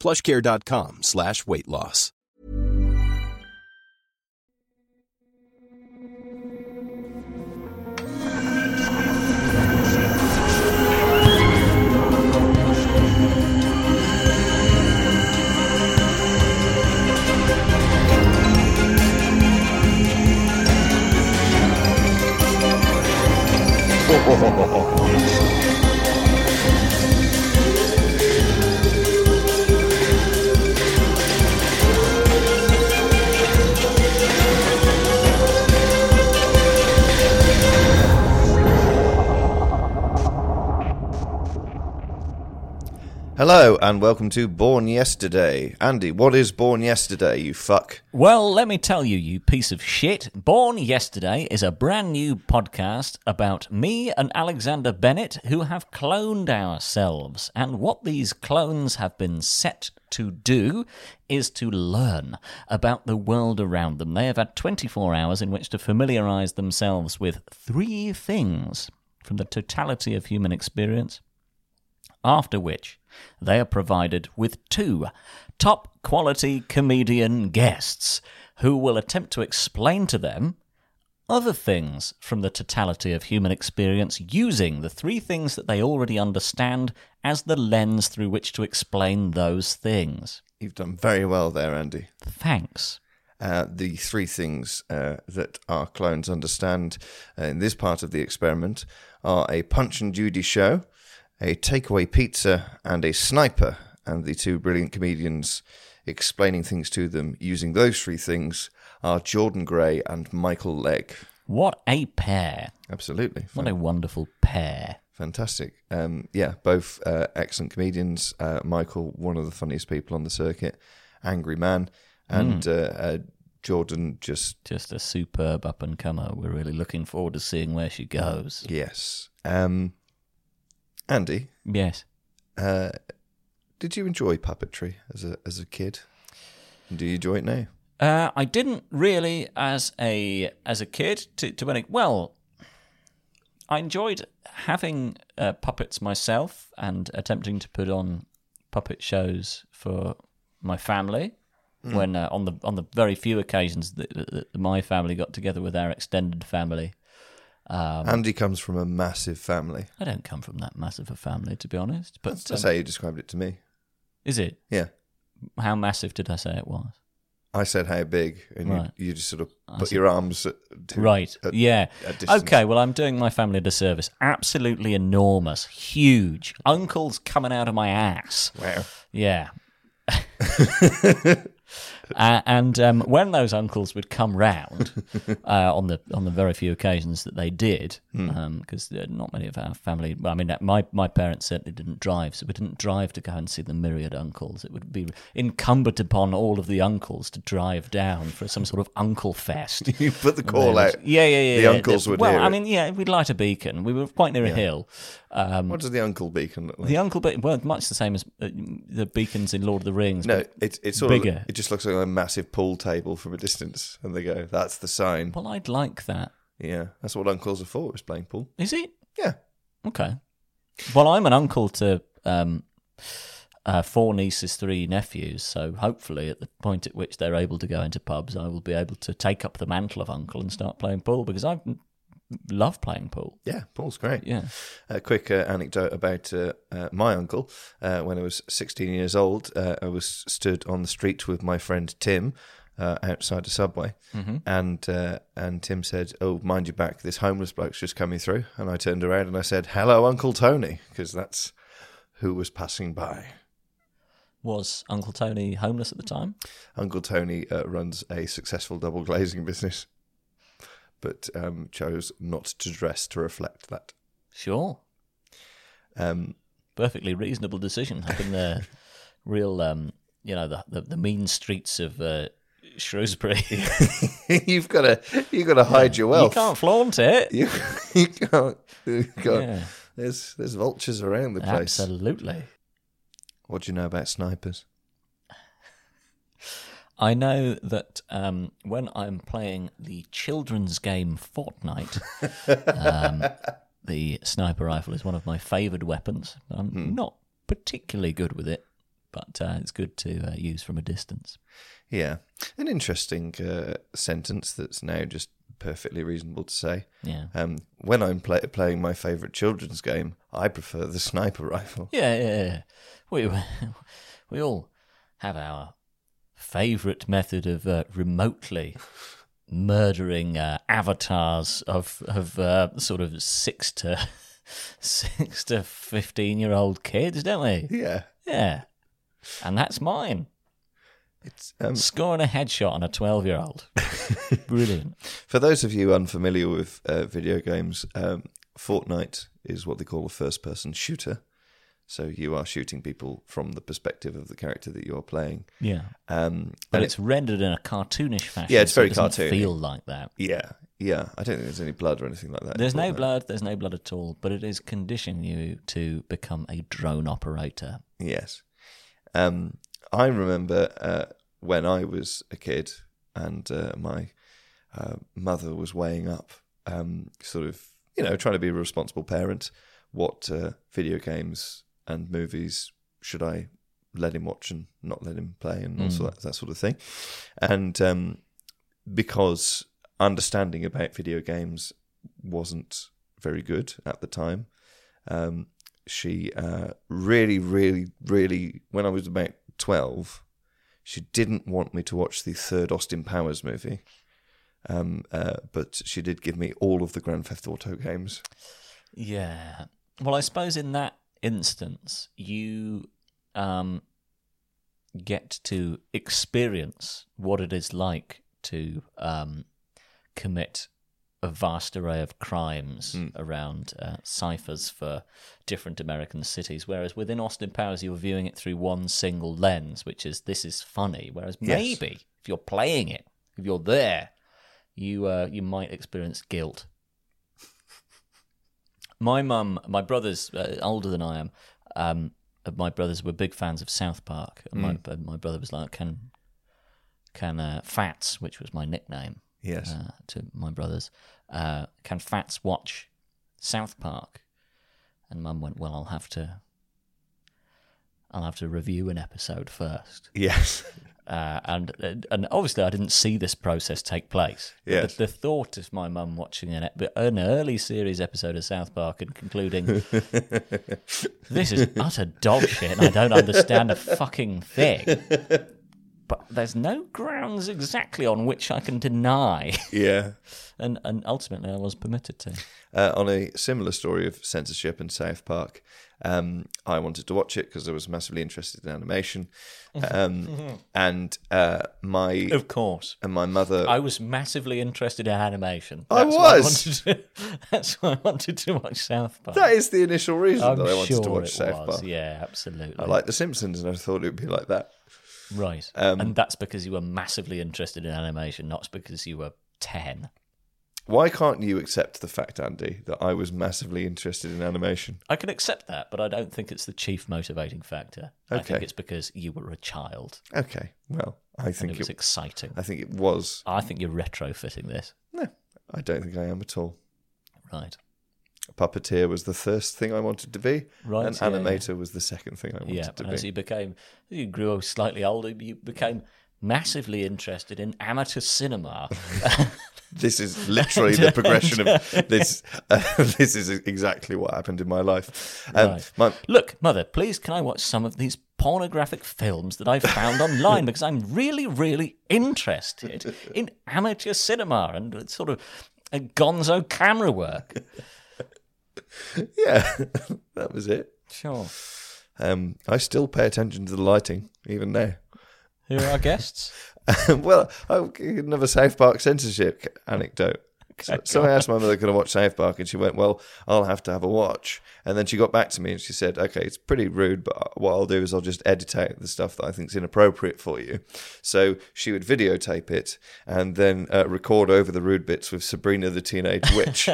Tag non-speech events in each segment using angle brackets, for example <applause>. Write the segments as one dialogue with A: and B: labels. A: plushcare.com slash weight loss.
B: Hello and welcome to Born Yesterday. Andy, what is Born Yesterday, you fuck?
C: Well, let me tell you, you piece of shit. Born Yesterday is a brand new podcast about me and Alexander Bennett who have cloned ourselves. And what these clones have been set to do is to learn about the world around them. They have had 24 hours in which to familiarize themselves with three things from the totality of human experience after which they are provided with two top quality comedian guests who will attempt to explain to them other things from the totality of human experience using the three things that they already understand as the lens through which to explain those things.
B: You've done very well there, Andy.
C: Thanks.
B: Uh, the three things uh, that our clones understand uh, in this part of the experiment are a Punch and Judy show, a takeaway pizza, and a sniper, and the two brilliant comedians explaining things to them using those three things are Jordan Gray and Michael Legg.
C: What a pair.
B: Absolutely.
C: What a wonderful pair.
B: Fantastic. Um, yeah, both uh, excellent comedians. Uh, Michael, one of the funniest people on the circuit, angry man, and
C: Hmm.
B: uh, uh, Jordan just
C: Just a superb up and comer. We're really looking forward to seeing where she goes.
B: yes. Um, Andy,
C: Yes.
B: uh, did you enjoy puppetry as a as a kid? Do you enjoy it now?
C: Uh, I didn't really as a as a kid to to any well. I enjoyed having uh, puppets myself and attempting to put on puppet shows for my family. When uh, on the on the very few occasions that, that, that my family got together with our extended family, Um,
B: Andy comes from a massive family.
C: I don't come from that massive a family to be honest. But
B: That's, that's
C: um,
B: how you described it to me.
C: is it
B: Yeah.
C: how massive did I say it was?
B: I said how big, and
C: Right.
B: you, you just sort of put your arms at, to-
C: Right.
B: at-
C: yeah.
B: at distance.
C: Okay. Well, I'm doing my family a disservice. Absolutely enormous, huge. Uncle's coming out of my ass.
B: Wow.
C: Yeah. uh, and um, when those uncles would come
B: <laughs>
C: round uh, on the on the very few occasions that they did,
B: Hmm.
C: because not many of our family, well, I mean, uh, my my parents certainly didn't drive, so we didn't drive to go and see the myriad uncles. It would be incumbent upon all of the uncles to drive down for some sort of uncle fest.
B: <laughs> You put the call
C: They
B: out.
C: would- Yeah, yeah, yeah.
B: The
C: yeah.
B: uncles would
C: Well,
B: hear
C: I
B: it.
C: mean, yeah, we'd light a beacon. We were quite near a hill. Um,
B: What does the uncle beacon look like?
C: the uncle beacon, well, much the same as uh, the beacons in Lord of the Rings.
B: no,
C: but-
B: it's it's sort of
C: bigger.
B: it just looks like a massive pool table from a distance, and they go, "That's the sign."
C: well, I'd like that.
B: Yeah, that's what uncles are for. Is playing pool.
C: Is it
B: Yeah,
C: okay? Well, I'm an uncle to um, uh, four nieces, three nephews. So hopefully, at the point at which they're able to go into pubs, I will be able to take up the mantle of uncle and start playing pool because I've love playing pool.
B: Yeah, Paul's great.
C: Yeah.
B: A quick uh, anecdote about uh, uh, my uncle. Uh, when I was 16 years old, uh, I was stood on the street with my friend Tim uh, outside a subway,
C: Mm-hmm.
B: and uh, and Tim said, "Oh, mind your back, this homeless bloke's just coming through." And I turned around and I said, "Hello, Uncle Tony," because that's who was passing by.
C: Was Uncle Tony homeless at the time?
B: Uncle Tony uh, runs a successful double glazing business, but um, chose not to dress to reflect that. <laughs>
C: Sure.
B: Um,
C: perfectly reasonable decision up in the
B: <laughs>
C: real um you know the the, the mean streets of uh, Shrewsbury. <laughs>
B: you've got to you've got to hide your
C: you
B: wealth.
C: can't flaunt it.
B: You, <laughs> you can't. You can't.
C: Yeah.
B: There's there's vultures around the place.
C: Absolutely.
B: What do you know about snipers?
C: I know that um, when I'm playing the children's game Fortnite, um,
B: <laughs>
C: the sniper rifle is one of my favoured weapons. I'm
B: Hmm.
C: not particularly good with it, but uh, it's good to uh, use from a distance.
B: Yeah, an interesting uh, sentence that's now just perfectly reasonable to say.
C: Yeah.
B: Um, when I'm play, playing my favourite children's game, I prefer the sniper <laughs> rifle.
C: Yeah, yeah, yeah. We <laughs> we all have our favourite method of uh, remotely murdering uh, avatars of of uh, sort of six to <laughs> six to fifteen year old kids, don't we?
B: Yeah,
C: Yeah, and that's mine.
B: it's um,
C: Scoring a headshot on a twelve year
B: <laughs>
C: old, brilliant.
B: for those of you unfamiliar with uh, video games. Um, Fortnite is what they call a first-person shooter, so you are shooting people from the perspective of the character that you are playing.
C: Yeah,
B: Um,
C: but
B: and
C: it's rendered in a cartoonish fashion.
B: Yeah, it's
C: so it
B: very
C: doesn't
B: cartoony.
C: Feel like that.
B: Yeah, yeah. I don't think there's any blood or anything like that. in
C: There's no
B: Fortnite.
C: blood, there's no blood at all, but it is conditioning you to become a drone operator.
B: Yes. Um, I remember uh, when I was a kid and uh, my uh, mother was weighing up, um, sort of, you know, trying to be a responsible parent, what uh, video games and movies should I let him watch and not let him play and also that, that sort of thing. And um, because understanding about video games wasn't very good at the time, um, she uh, really, really, really, when I was about 12, she didn't want me to watch the third Austin Powers movie. Um, uh, but she did give me all of the Grand Theft Auto games.
C: Yeah. Well, I suppose in that instance, you um, get to experience what it is like to um, commit a vast array of crimes around uh, ciphers for different American cities. Whereas within Austin Powers, you're viewing it through one single lens, which is this is funny. Whereas
B: Yes.
C: maybe if you're playing it, if you're there, you uh, you might experience guilt. My mum, my brothers, uh, older than I am, um, my brothers were big fans of South Park. And my, and my brother was like, "Can, can uh, Fats," which was my nickname
B: Yes.
C: uh, to my brothers, uh, "Can Fats watch South Park?" And Mum went, "Well, I'll have to, I'll have to review an episode first.
B: Yes. <laughs>
C: Uh, and and obviously, I didn't see this process take place. But
B: Yes.
C: The, the thought of my mum watching an, ep- an early series episode of South Park and <laughs> concluding, this is utter dog shit and I don't understand a fucking thing. But there's no grounds exactly on which I can deny. <laughs>
B: yeah.
C: And, and ultimately, I was permitted to.
B: Uh, on a similar story of censorship in South Park, um, I wanted to watch it because I was massively interested in animation,
C: <laughs>
B: um, and uh, my
C: Of course.
B: and my mother.
C: I was massively interested in animation.
B: I
C: why wanted
B: was.
C: to- <laughs> that's why I wanted to watch South Park.
B: that is the initial reason
C: I'm
B: that I wanted
C: sure
B: to watch
C: it
B: South
C: was.
B: Park.
C: Yeah, absolutely.
B: I like um, The Simpsons, and I thought it would be like that.
C: right, and that's because you were massively interested in animation, not because you were ten.
B: Why can't you accept the fact, Andy, that I was massively interested in animation?
C: I can accept that, but I don't think it's the chief motivating factor. I think
B: Okay.
C: it's because you were a child
B: Okay, well, I
C: and
B: think
C: it was
B: it,
C: exciting.
B: I think it was.
C: I think you're retrofitting this,
B: No, I don't think I am at all.
C: right?
B: A puppeteer was the first thing I wanted to be.
C: Right,
B: An
C: yeah, yeah.
B: animator was the second thing I wanted
C: Yeah,
B: to
C: and as
B: be.
C: you became, you grew
B: <laughs>
C: slightly older, you became massively interested in amateur cinema.
B: this is
C: <laughs>
B: literally the progression of this. Uh, <laughs> this is exactly what happened in my life. Um,
C: Right.
B: my- <laughs>
C: Look, mother, please can I watch some of these pornographic films that I
B: <laughs>
C: found online because I'm really, really interested in amateur cinema and sort of uh, gonzo camera work.
B: yeah, <laughs> that was it.
C: Sure.
B: Um, I still pay attention to the lighting even now.
C: Who are our
B: <laughs>
C: guests?
B: well, I- another South Park censorship anecdote. So, so I asked my mother, "Could I watch South Park?" And she went, "Well, I'll have to have a watch." And then she got back to me and she said, "Okay, it's pretty rude, but what I'll do is I'll just edit out the stuff that I think's inappropriate for you." So she would videotape it and then uh, record over the rude bits with Sabrina the Teenage
C: <laughs>
B: Witch.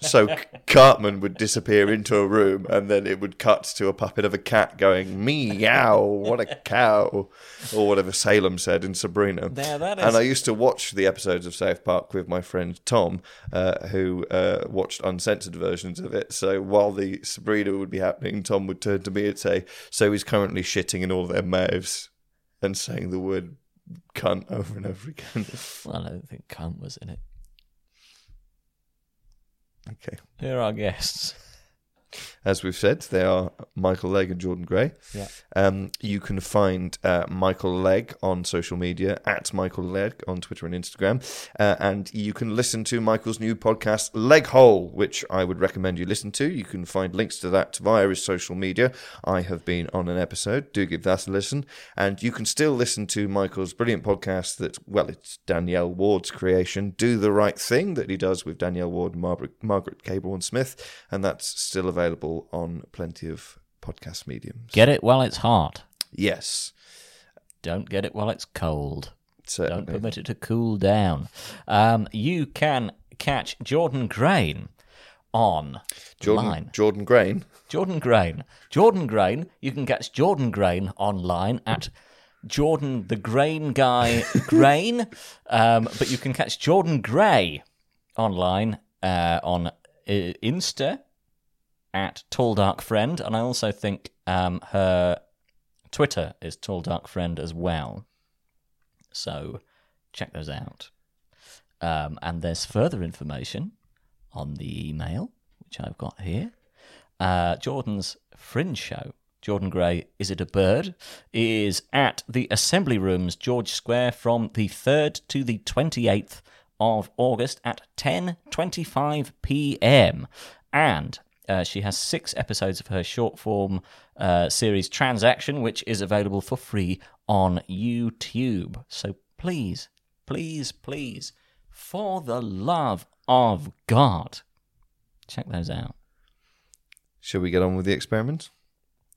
B: so Cartman would disappear into a room, and then it would cut to a puppet of a cat going meow, what a cow, or whatever Salem said in Sabrina.
C: There, that is-
B: And I used to watch the episodes of South Park with my friend Tom, uh, who uh, watched uncensored versions of it. So while the Sabrina would be happening, Tom would turn to me and say, "So he's currently shitting in all their mouths," and saying the word cunt over and over again. <laughs>
C: Well, I don't think Kant was in it.
B: okay.
C: Who are our guests?
B: As we've said, they are Michael Legg and Jordan Gray.
C: Yeah.
B: Um, you can find uh, Michael Legg on social media at Michael Legg on Twitter and Instagram, uh, and you can listen to Michael's new podcast Leg Hole, which I would recommend you listen to. You can find links to that via his social media. I have been on an episode. Do give that a listen, and you can still listen to Michael's brilliant podcast. That well, it's Danielle Ward's creation. Do the right thing that he does with Danielle Ward, Margaret, Margaret Cable, and Smith, and that's still available on plenty of podcast mediums.
C: Get it while it's hot.
B: Yes.
C: Don't get it while it's cold. Don't
B: Certainly.
C: permit it to cool down. Um, you can catch Jordan Grain on
B: Jordan
C: line.
B: Jordan Grain.
C: Jordan Grain. Jordan Grain. You can catch Jordan Grain online at Jordan the Grain Guy Grain, um, but you can catch Jordan Gray online uh, on uh, Insta at Tall Dark Friend, and I also think um, her Twitter is Tall Dark Friend as well. So check those out. Um, and there's further information on the email which I've got here uh, Jordan's Fringe Show. Jordan Gray, Is It a Bird? is at the Assembly Rooms, George Square, from the 3rd to the 28th of August at 10.25 p.m. And uh, she has six episodes of her short form uh, series Transaction, which is available for free on YouTube. So please, please, please, for the love of God, check those out.
B: Shall we get on with the experiment?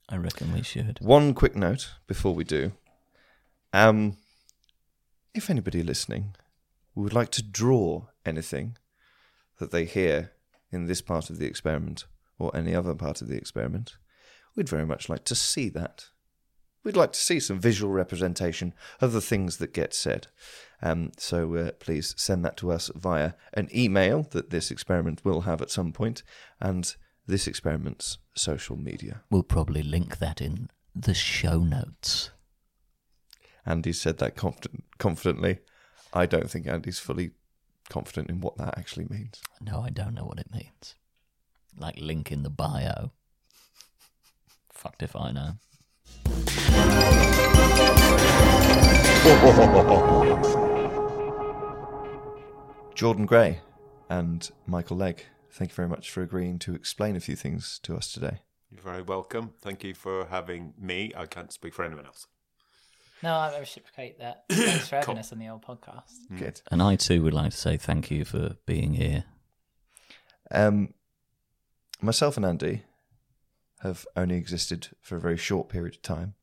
C: I reckon we should.
B: One quick note before we do. Um, if anybody listening would like to draw anything that they hear in this part of the experiment or any other part of the experiment, we'd very much like to see that. We'd like to see some visual representation of the things that get said. Um, so uh, please send that to us via an email that this experiment will have at some point and this experiment's social media.
C: We'll probably link that in the show notes.
B: Andy said that confident, confidently. I don't think Andy's fully confident in what that actually means.
C: No, I don't know what it means. Like link in the bio. Fucked if I know.
B: Jordan Gray and Michael Legg, thank you very much for agreeing to explain a few things to us today.
D: You're very welcome. Thank you for having me. I can't speak for anyone else.
E: No, I reciprocate that.
B: <coughs>
E: Thanks for having us on the old podcast.
B: Good.
C: And I too would like to say thank you for being here.
B: Um, myself and Andy have only existed for a very short period of time,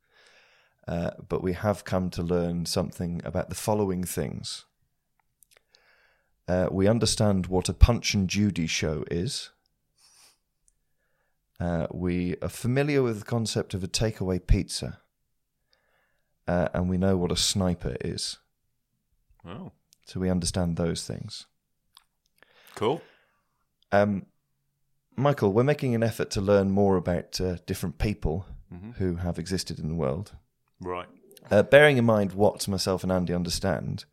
B: uh, but we have come to learn something about the following things. Uh, we understand what a Punch and Judy show is. Uh, we are familiar with the concept of a takeaway pizza. Uh, and we know what a sniper is.
D: Oh,
B: So we understand those things.
D: cool.
B: Um, Michael, we're making an effort to learn more about uh, different people
C: Mm-hmm.
B: who have existed in the world.
D: Right.
B: Uh, bearing in mind what myself and Andy understand,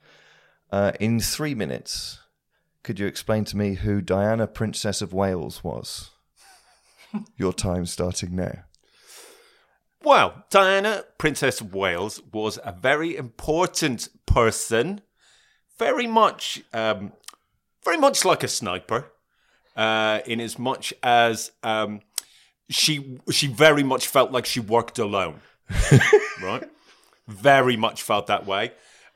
B: uh, in three minutes, Could you explain to me who Diana, Princess of
C: <laughs>
B: Wales, was? Your time starting now.
D: Well, Diana, Princess of Wales, was a very important person, very much, um, very much like a sniper, uh, in as much as um, she she very much felt like she worked alone, right? Very much felt that way.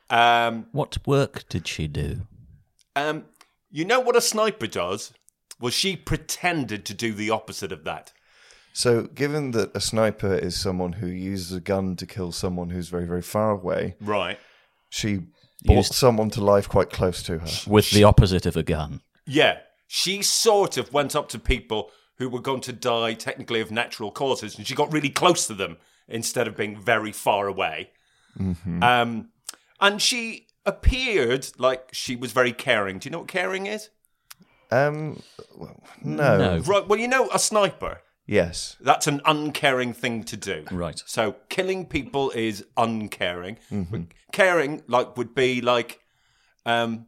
D: Um,
C: What work did she do?
D: um, you know what a sniper does? Well, she pretended to do the opposite of that.
B: So, given that a sniper is someone who uses a gun to kill someone who's very, very far away,
D: Right.
B: she brought
C: Used-
B: someone to life quite close to her.
C: With the opposite of a gun.
D: Yeah, she sort of went up to people who were going to die technically of natural causes, and she got really close to them instead of being very far away. Um, and she appeared like she was very caring. Do you know what caring is?
B: Um, well, no.
C: No.
D: Right. Well, you know, a sniper.
B: Yes.
D: That's an uncaring thing to do.
C: Right.
D: So killing people is uncaring. But caring, like, would be like, um,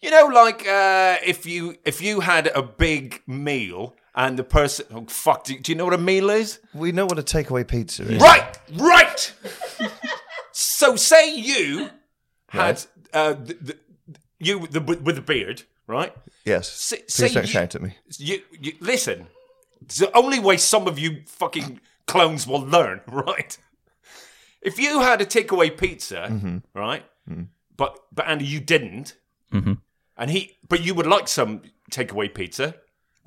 D: you know, like uh, if you if you had a big meal and the person, oh, fuck, do, do you know what a meal is?
B: We know what a takeaway pizza is.
D: Right, right. <laughs> so say you had uh, the, the, you with the, with the beard, right?
B: Yes.
D: Say- say
B: Please don't
D: you-
B: shout at me.
D: You, you listen. It's the only way some of you fucking clones will learn, <laughs> right? If you had a takeaway pizza, right? But but Andy, you didn't,
C: Mhm.
D: and he, but you would like some takeaway pizza.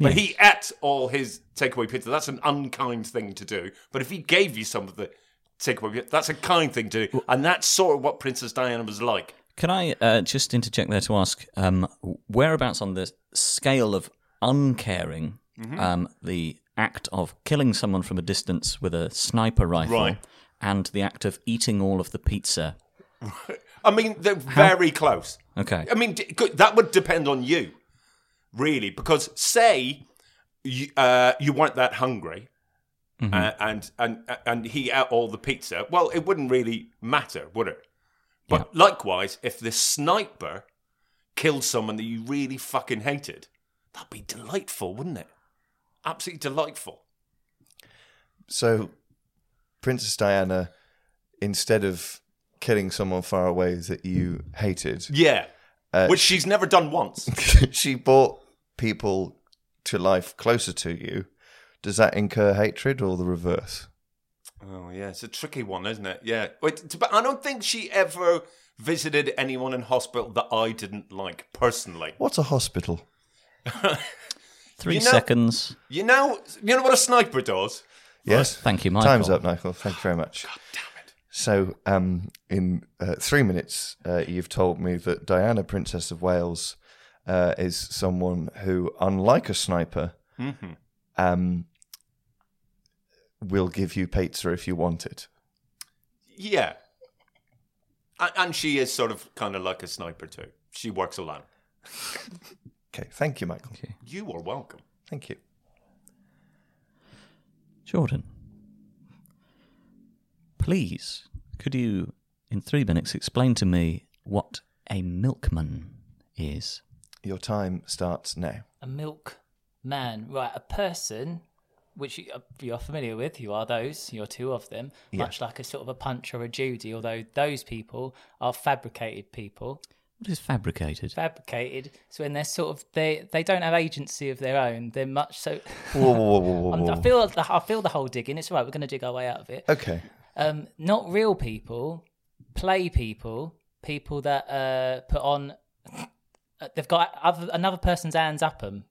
D: But he ate all his takeaway pizza. That's an unkind thing to do. But if he gave you some of the takeaway, pizza, that's a kind thing to do, and that's sort of what Princess Diana was like.
C: Can I uh, just interject there to ask um, whereabouts on the scale of uncaring
D: Mm-hmm.
C: um, the act of killing someone from a distance with a sniper rifle
D: Right.
C: and the act of eating all of the pizza?
D: I mean, they're very close.
C: Okay.
D: I mean, d- good- that would depend on you, really, because say you, uh, you weren't that hungry, uh, and and and he ate all the pizza. Well, it wouldn't really matter, would it? But likewise, if the sniper killed someone that you really fucking hated, that'd be delightful, wouldn't it? Absolutely delightful.
B: So, Princess Diana, instead of killing someone far away that you hated,
D: <laughs> Yeah, which she's never done once.
B: she brought people to life closer to you. Does that incur hatred or the reverse?
D: Oh yeah, it's a tricky one, isn't it? Yeah, Wait, t- but I don't think she ever visited anyone in hospital that I didn't like personally.
B: What's a hospital?
C: Three
D: You know-
C: seconds.
D: You know, you know what a sniper does.
B: Yes.
C: Thank you, Michael.
B: Time's up, Michael. Thank you very much. God damn it. So, um, in uh, three minutes, uh, you've told me that Diana, Princess of Wales, uh, is someone who, unlike a sniper, um, will give you pizza if you want it.
D: Yeah, and, and she is sort of kind of like a sniper too. She works alone.
B: Okay. Thank you, Michael.
D: You are welcome.
B: Thank you.
C: Jordan, please, could you, in three minutes, explain to me what a milkman is?
B: Your time starts <laughs> now.
E: A milk man, right? A person, which you, uh, you're familiar with. You are those. You're two of them. Much like a sort of a punch or a Judy, although those people are fabricated people.
C: What is fabricated?
E: Fabricated. So when they're sort of they they don't have agency of their own. They're much so. <laughs>
B: Whoa, whoa, whoa, whoa,
E: I'm,
B: whoa,
E: I
B: whoa.
E: feel the- I feel the whole digging. It's all right. We're going to dig our way out of it.
B: Okay.
E: um, not real people, play people, people that uh, put on. uh, They've got other, another person's hands up them.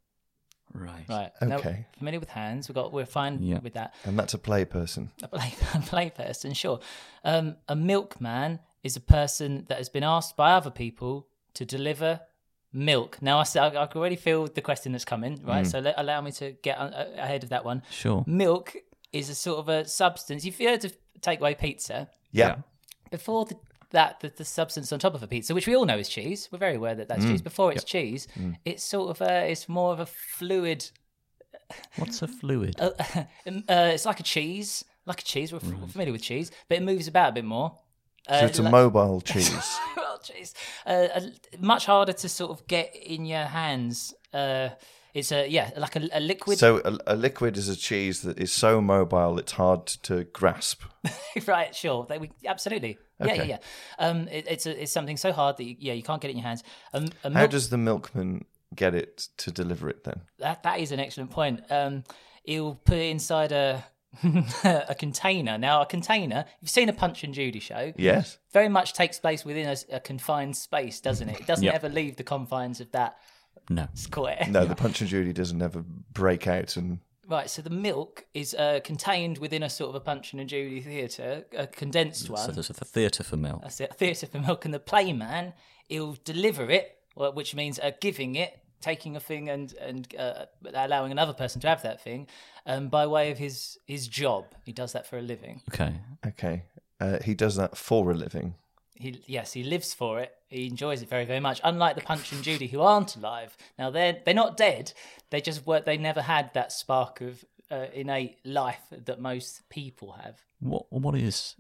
C: Right.
E: Right.
B: Okay.
E: familiar with hands. We got. We're fine
C: Yeah.
E: with that.
B: And that's a play person.
E: A play, <laughs> a play person, sure. Um, a milkman is a person that has been asked by other people to deliver milk. Now I, s- I can already feel the question that's coming. Right. So let, allow me to get uh, ahead of that one.
C: Sure.
E: Milk is a sort of a substance. You've heard of takeaway pizza
B: Yeah.
E: before the, that the, the substance on top of a pizza, which we all know is cheese, we're very aware that
B: Mm.
E: that's cheese. Before it's cheese, it's sort of a, it's more of a fluid.
C: What's a fluid?
E: Uh, uh, it's like a cheese,
B: Mm-hmm.
E: like a cheese. We're f- familiar with cheese, but it moves about a bit more. <laughs>
B: So it's a
E: like-
B: mobile cheese.
E: jeez. Uh, a- much harder to sort of get in your hands. Uh, it's a yeah, like a, a liquid,
B: So a, a liquid is a cheese that is so mobile it's hard to grasp.
E: <laughs> right? Sure, that we absolutely. Yeah,
B: Okay.
E: yeah, yeah. Um, it, it's a, it's something so hard that you, yeah, you can't get it in your hands. Um, a
B: How
E: milk-
B: does the milkman get it to deliver it then?
E: that that is an excellent point. Um, he'll put it inside a <laughs> a container. Now, a container. You've seen a Punch and Judy show.
B: Yes.
E: very much takes place within a, s- a confined space, doesn't it? It doesn't
C: Yep.
E: ever leave the confines of that
C: No.
E: square.
B: No, the Punch and Judy doesn't ever break out and
E: <laughs> Right, so the milk is uh, contained within a sort of a Punch and a Judy theatre, a condensed
C: So
E: one.
C: there's a theatre for milk.
E: Um, That's it, a theatre for milk. And the playman, he'll deliver it, wh- which means uh, giving it, taking a thing and, and uh, allowing another person to have that thing um, by way of his, his job. He does that for a living.
C: Okay.
B: okay. Uh, he does that for a living.
E: He yes, he lives for it. He enjoys it very very much. Unlike the Punch and Judy, who aren't alive now, they're they're not dead. They just were they never had that spark of uh, innate life that most people have.
C: What what is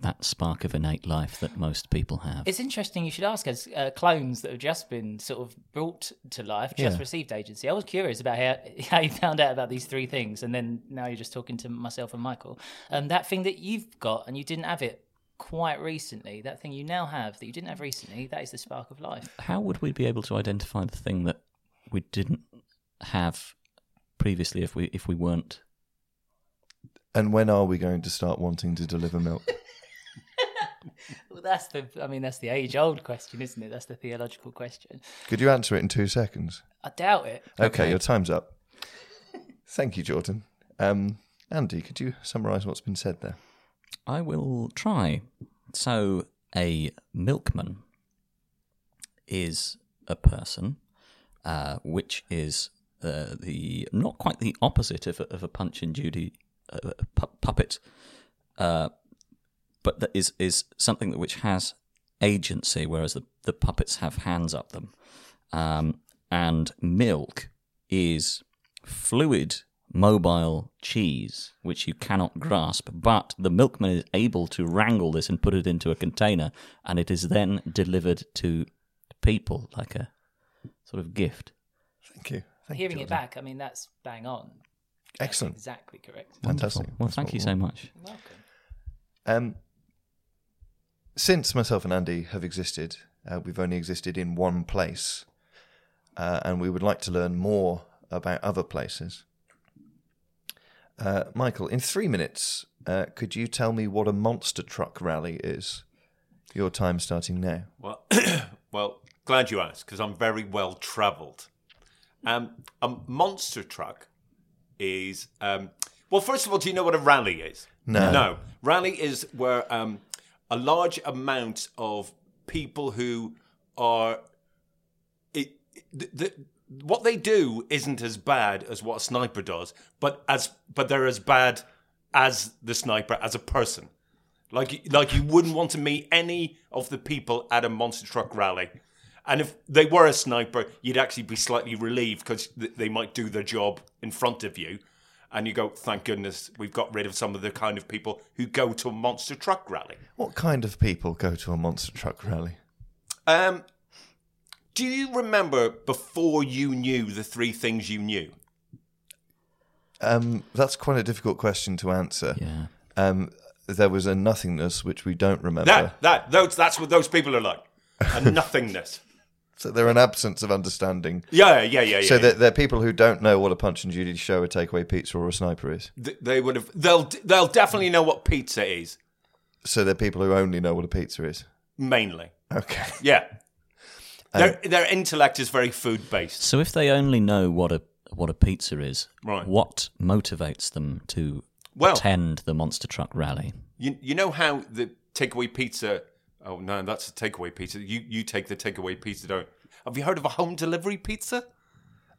C: that spark of innate life that most people have?
E: It's interesting you should ask as uh, clones that have just been sort of brought to life, just
C: Yeah.
E: received agency. I was curious about how, <laughs> how you found out about these three things, and then now you're just talking to myself and Michael. Um, that thing that you've got and you didn't have it quite recently, that thing you now have that you didn't have recently, that is the spark of life.
C: How would we be able to identify the thing that we didn't have previously if we if we weren't?
B: And when are we going to start wanting to deliver
E: <laughs>
B: milk?
E: Well, that's the. I mean, that's the age-old question, isn't it? That's the theological question.
B: Could you answer it in two seconds?
E: I doubt it. uh,
B: Okay, your time's
E: <laughs>
B: up. Thank you, Jordan. Um, Andy, could you summarise what's been said there?
C: I will try. So, a milkman is a person uh, which is uh, the not quite the opposite of a, of a Punch and Judy uh, pu- puppet, uh, but that is is something that which has agency, whereas the, the puppets have hands up them. Um, and milk is fluid, mobile cheese, which you cannot grasp, but the milkman is able to wrangle this and put it into a container, and it is then delivered to people like a sort of gift.
B: Thank you. Thank you,
E: Hearing it
B: Jordan.
E: back, I mean, that's bang on. That's
B: Excellent.
E: exactly correct.
B: Fantastic.
C: Well, thank you so much.
E: Welcome.
B: Um, since myself and Andy have existed, uh, we've only existed in one place, uh, and we would like to learn more about other places. Uh, Michael, in three minutes, uh, could you tell me what a monster truck rally is? Your time starting now.
D: Well, <clears throat> well, glad you asked because I'm very well travelled. Um, a monster truck is um, well. First of all, do you know what a rally is?
B: No.
D: no. Rally is where um, a large amount of people who are it, the, the, what they do isn't as bad as what a sniper does, but as but they're as bad as the sniper as a person. Like like you wouldn't want to meet any of the people at a monster truck rally, and if they were a sniper, you'd actually be slightly relieved because th- they might do their job in front of you, and you go, "Thank goodness we've got rid of some of the kind of people who go to a monster truck rally."
B: What kind of people go to a monster truck rally?
D: Um, do you remember before you knew the three things you knew?
B: Um, that's quite a difficult question to answer.
C: Yeah.
B: Um, there was a nothingness which we don't remember.
D: That that those that's what those people are like, a nothingness.
B: So they're an absence of understanding.
D: Yeah, yeah, yeah, yeah.
B: So
D: yeah.
B: they're, they're people who don't know what a Punch and Judy show, a takeaway pizza, or a sniper is.
D: Th- they would have. They'll they'll definitely know what pizza is
B: So they're people who only know what a pizza is.
D: mainly.
B: Okay.
D: Yeah. Their, their intellect is very food based.
C: So, if they only know what a what a pizza is,
D: Right.
C: what motivates them to
D: Well-
C: attend the monster truck rally?
D: You, you know how the takeaway pizza. Oh no, that's a takeaway pizza. You you take the takeaway pizza, don't? Have you heard of a home delivery pizza?
B: <laughs>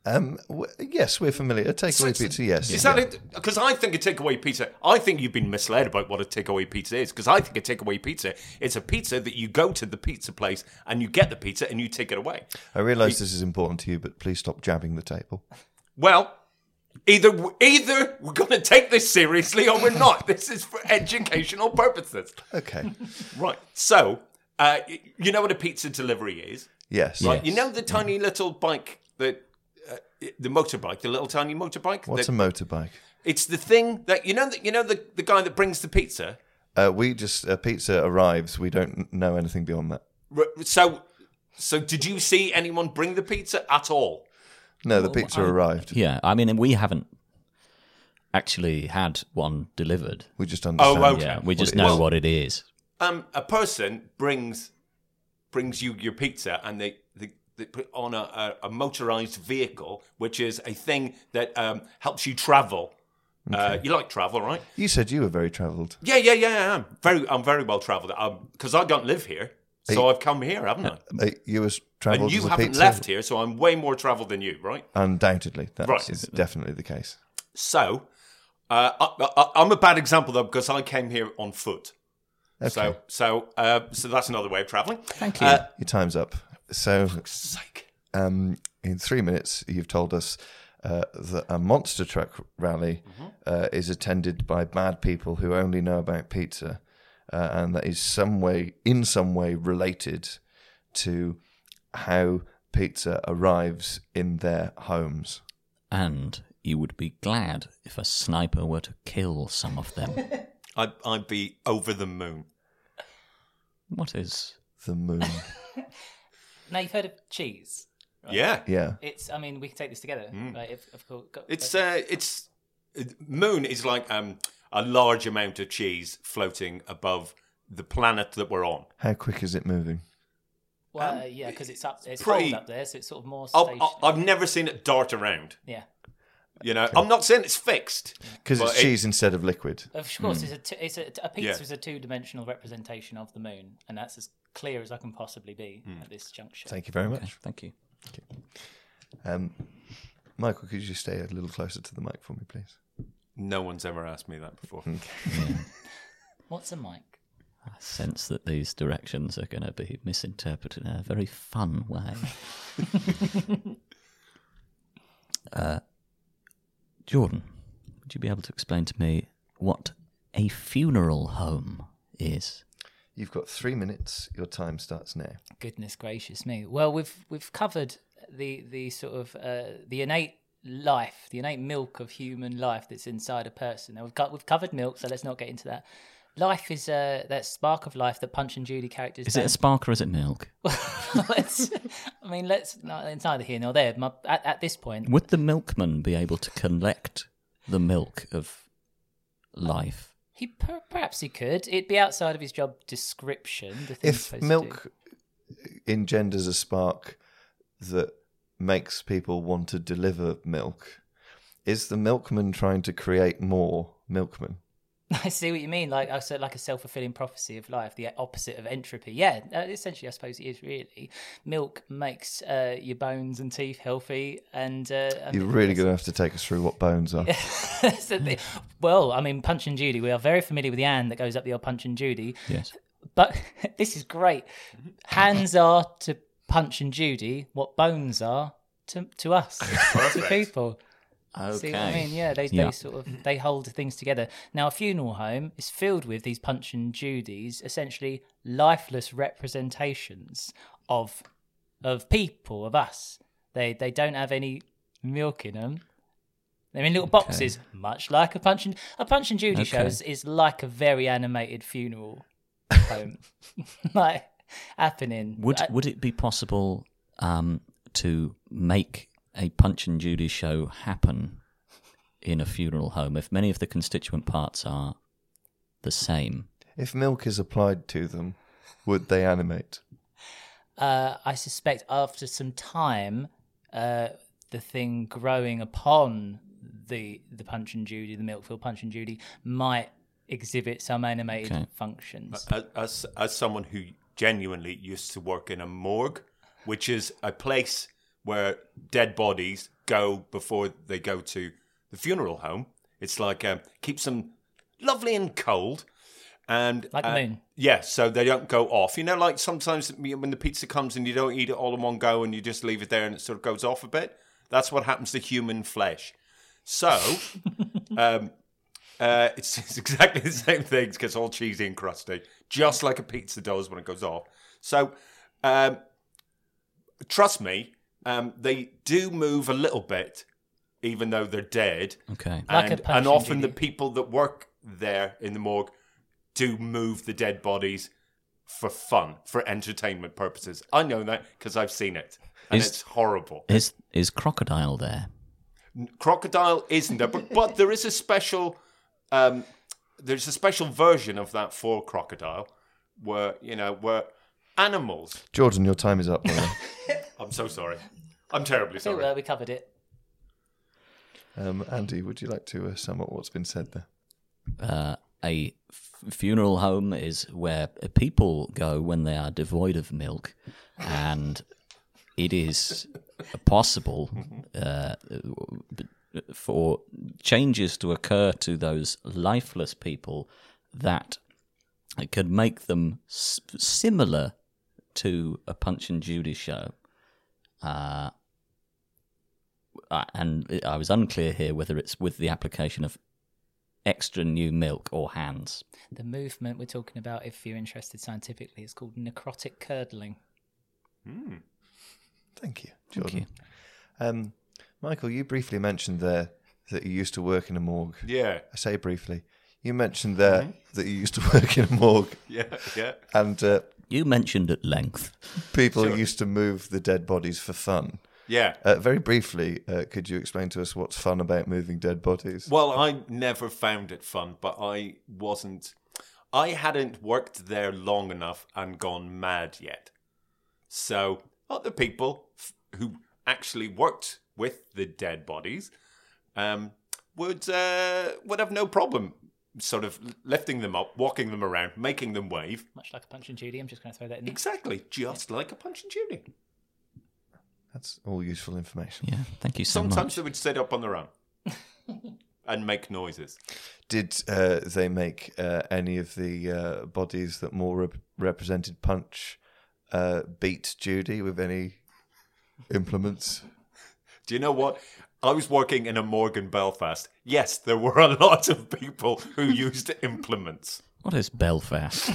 B: Um. W- yes, we're familiar. A takeaway pizza. Yes.
D: Is that it? Because I think a takeaway pizza. I think you've been misled about what a takeaway pizza is. Because I think a takeaway pizza is a pizza that you go to the pizza place and you get the pizza and you take it away.
B: I realise this is important to you, but please stop jabbing the
D: <laughs>
B: table.
D: Well, either either we're going to take this seriously or we're not. this is for educational purposes.
B: Okay.
D: Right. So, Uh, y- you know what a pizza delivery is?
B: Yes.
C: Right.
D: You know the tiny little bike that. Uh, the motorbike, the little tiny motorbike.
B: What's a
D: that-
B: motorbike?
D: it's the thing that you know. That you know the, the guy that brings the pizza.
B: Uh, we just uh, pizza arrives. We don't know anything beyond that.
D: R- So, so did you see anyone bring the pizza at all?
B: No,
D: Oh,
B: the pizza arrived.
C: Yeah, I mean, we haven't actually had one delivered.
B: We
D: Oh,
B: just understand.
D: okay.
C: Yeah, we
D: What
C: just
D: it
C: know
D: is.
C: what it is.
D: Um, a person brings brings you your pizza, and they they, they put it on a, a, a motorized vehicle, which is a thing that um, helps you travel. Uh, you like travel, right?
B: You said you were very travelled.
D: Yeah, yeah, yeah. I am very, I'm very well traveled. Because I don't live here, so I've come
B: <laughs>
D: here, haven't I?
B: Uh, you was travelled.
D: And you
B: as a
D: haven't
B: pizza?
D: left here, so I'm way more traveled than you, right?
B: Undoubtedly, that is
D: Right.
B: definitely the case.
D: So, uh, I, I, I'm a bad example though because I came here on foot.
B: Okay.
D: So, so, uh, so that's another way of traveling.
C: Thank you.
D: Uh,
B: Your time's up. So,
D: Psych.
B: um, in three minutes, you've told us uh, that a monster truck rally
D: Mm-hmm.
B: uh, is attended by bad people who only know about pizza, uh, and that is some way, in some way, related to how pizza arrives in their homes.
C: and you would be glad if a sniper were to kill some of them.
E: <laughs>
D: I'd, I'd be over the moon.
C: what is?
B: The
D: <laughs>
B: moon.
E: Now you've heard of cheese.
D: Yeah,
B: yeah.
E: It's. I mean, we can take this together, right? If, of course, go-
D: Hmm. it's
E: go-
D: uh, it's moon is like um, a large amount of cheese floating above the planet that we're on.
B: How quick is it moving?
E: well, uh,
D: um,
E: yeah, because it's up. It's
D: pretty-
E: cold up there, so it's sort of more
D: I've,
E: stationary.
D: I- I've never seen it dart around.
E: yeah.
D: You know, I'm not saying it's fixed.
B: Because
D: Well,
B: it's
D: it-
B: cheese instead of liquid.
E: Of course, it's a t- it's a, a pizza
D: Hmm. Yeah.
E: is a two-dimensional representation of the moon, and that's as clear as I can possibly be
D: Hmm.
E: at this juncture.
B: Thank you very much.
C: eh, Thank you.
B: Um, Michael, could you stay a little closer to the mic for me, please?
D: No one's ever asked me that before.
E: What's a mic?
C: I sense that these directions are going to be misinterpreted in a very fun way. uh,
E: <laughs>
C: Uh, Jordan, would you be able to explain to me what a funeral home is?
B: You've got three minutes. Your time starts now.
E: Goodness gracious me! Well, we've we've covered the the sort of uh, the innate life, the innate milk of human life that's inside a person. Now we've got we've covered milk, so let's not get into that. Life is uh, that spark of life that Punch and Judy characters.
C: Is it a spark or is it milk?
E: don't- <laughs> let's, I mean, let's. No, it's neither here nor there. My, at, at this point,
C: Would the milkman be able to collect the milk of life?
E: He per- perhaps he could. It'd be outside of his job description. The thing he's
B: If
E: supposed to do.
B: milk engenders a spark that makes people want to deliver milk, is the milkman trying to create more milkmen?
E: <laughs> I see what you mean. Like I said, like a self fulfilling prophecy of life, the opposite of entropy. Yeah, uh, essentially, I suppose it is really. Milk makes uh, your bones and teeth healthy, and uh, I
B: You're
E: mean,
B: really
E: that's-
B: going to have to take us through what bones are.
E: <laughs> that's the thing. well, I mean, Punch and Judy. We are very familiar with the and that goes up the old Punch and Judy.
C: Yes.
E: But <laughs> this is great. Hands are to Punch and Judy what bones are to to us, to people. See what I mean? Yeah, they,
C: Yeah.
E: they sort of they hold things together. Now, a funeral home is filled with these Punch and Judies, essentially lifeless representations of of people, of us. They they don't have any milk in them. They're in little boxes, much like a Punch and a Punch and Judy show
C: Okay.
E: is, is like a very animated
C: <laughs>
E: funeral home, <laughs> like happening. Uh,
C: Would
E: I-
C: would it be possible um, to make a Punch and Judy show happen in a funeral home if many of the constituent parts are the same?
B: If milk is applied to them, would they animate?
E: uh, I suspect after some time, uh, the thing growing upon the the Punch and Judy, the Milkfield Punch and Judy, might exhibit some animated
C: Okay.
E: functions.
D: as, as as someone who genuinely used to work in a morgue, which is a place where dead bodies go before they go to the funeral home. It's like um, keeps them lovely and cold, and
E: Like the moon.
D: Yeah, so they don't go off. You know, like sometimes when the pizza comes and you don't eat it all in one go, and you just leave it there and it sort of goes off a bit. That's what happens to human flesh. So. um, uh, it's, it's exactly the same things. Gets all cheesy and crusty, just like a pizza does when it goes off. So, um, trust me, um, they do move a little bit, even though they're dead.
C: Okay.
E: Like a
D: and,
E: punch
D: and often
E: injury.
D: the people that work there in the morgue do move the dead bodies for fun, for entertainment purposes. I know that because I've seen it, and
C: Is-
D: it's horrible.
C: Is is crocodile there?
D: Crocodile isn't there, but, but there is a special, um, there's a special version of that for crocodile, where you know where animals.
B: Jordan, your time is up. brother.
D: I'm so sorry. I'm terribly
E: So
D: sorry.
E: uh, we covered it.
B: um, Andy, would you like to uh, sum up what's been said there?
C: Uh, a f- funeral home is where people go when they are devoid of milk, and it is possible uh, for changes to occur to those lifeless people that could make them s- similar to a Punch and Judy show. Uh, I- and it- I was unclear here whether it's with the application of extra new milk or hands.
E: The movement we're talking about, if you're interested scientifically, is called necrotic curdling.
B: Thank you, Jordan. Um, Michael, you briefly mentioned there that you used to work in a morgue.
D: Yeah,
B: I say briefly. You mentioned there
D: Mm-hmm.
B: that you used to <laughs> work in a morgue,
D: yeah, yeah.
B: and uh,
C: You mentioned at length.
B: people used to move the dead bodies for fun.
D: Yeah.
B: Uh, very briefly, uh, could you explain to us what's fun about moving dead bodies?
D: Well, I never found it fun, but I wasn't. I hadn't worked there long enough and gone mad yet. So other people f- who actually worked with the dead bodies um, would uh, would have no problem sort of lifting them up, walking them around, making them wave.
E: Much like a punch and Judy, I'm just going to throw that in. there.
D: Exactly, just like a punch and judy.
B: That's all useful information.
C: Yeah, thank you so
D: Sometimes
C: much.
D: they would sit up on their <laughs> own and make noises.
B: Did uh, they make uh, any of the uh, bodies that more rep- represented Punch uh, beat Judy with any implements?
D: Do you know what? I was working in a morgue in Belfast. Yes, there were a <laughs> lot of people who used implements.
C: What is Belfast?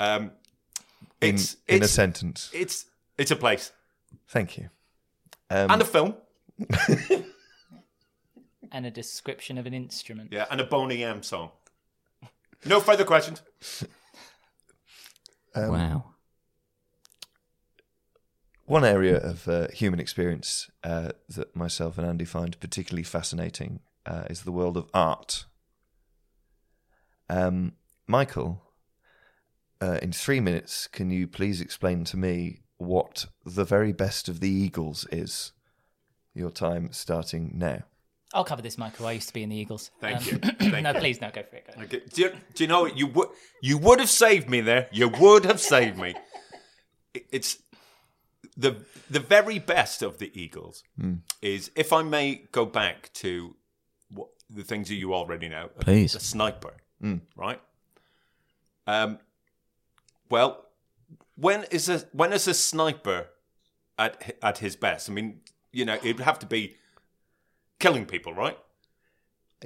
D: Um,
B: In,
D: it's
B: in a
D: it's,
B: sentence.
D: it's it's a place
B: Thank you. Um,
D: and a film.
E: And a description of an instrument.
D: Yeah, and a Boney M song. No further questions.
B: um,
C: wow.
B: One area of uh, human experience uh, that myself and Andy find particularly fascinating uh, is the world of art. Um, Michael, uh, in three minutes, can you please explain to me what the very best of the Eagles is? Your time starting now.
E: I'll cover this, Michael. I used to be in the Eagles.
D: Thank
E: <clears throat> Um,
D: you. Thank
E: no,
D: you.
E: please, no, go for it. Go.
D: Okay. Do, you, do you know what? you would you would have saved me there? You would have saved me. It- It's the the very best of the Eagles
B: Hmm.
D: is if I may go back to what, the things that you already know.
C: Please.
D: the sniper, right? Um, well, when is a when is a sniper at hi- at his best? I mean, you know, it'd have to be killing people, right?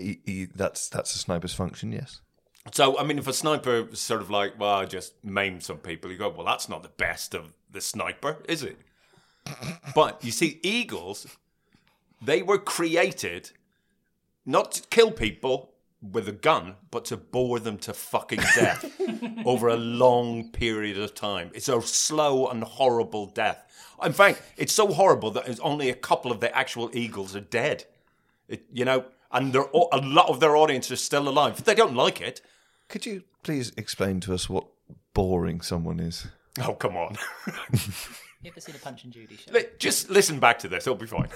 B: E- e- that's that's a sniper's function, yes.
D: So, I mean, if a sniper was sort of like, well, I just maim some people, you go, well, that's not the best of the sniper, is it? <laughs> but you see, eagles, they were created not to kill people with a gun, but to bore them to fucking death over a long period of time. It's a slow and horrible death. In fact, it's so horrible that it's only a couple of the actual eagles are dead. It, you know, and they're, all- a lot of their audience are still alive. They don't like it.
B: Could you please explain to us what boring someone is?
D: Oh, come on.
E: You ever seen a Punch and Judy
D: <laughs>
E: show?
D: Li- Just listen back to this. It'll be fine.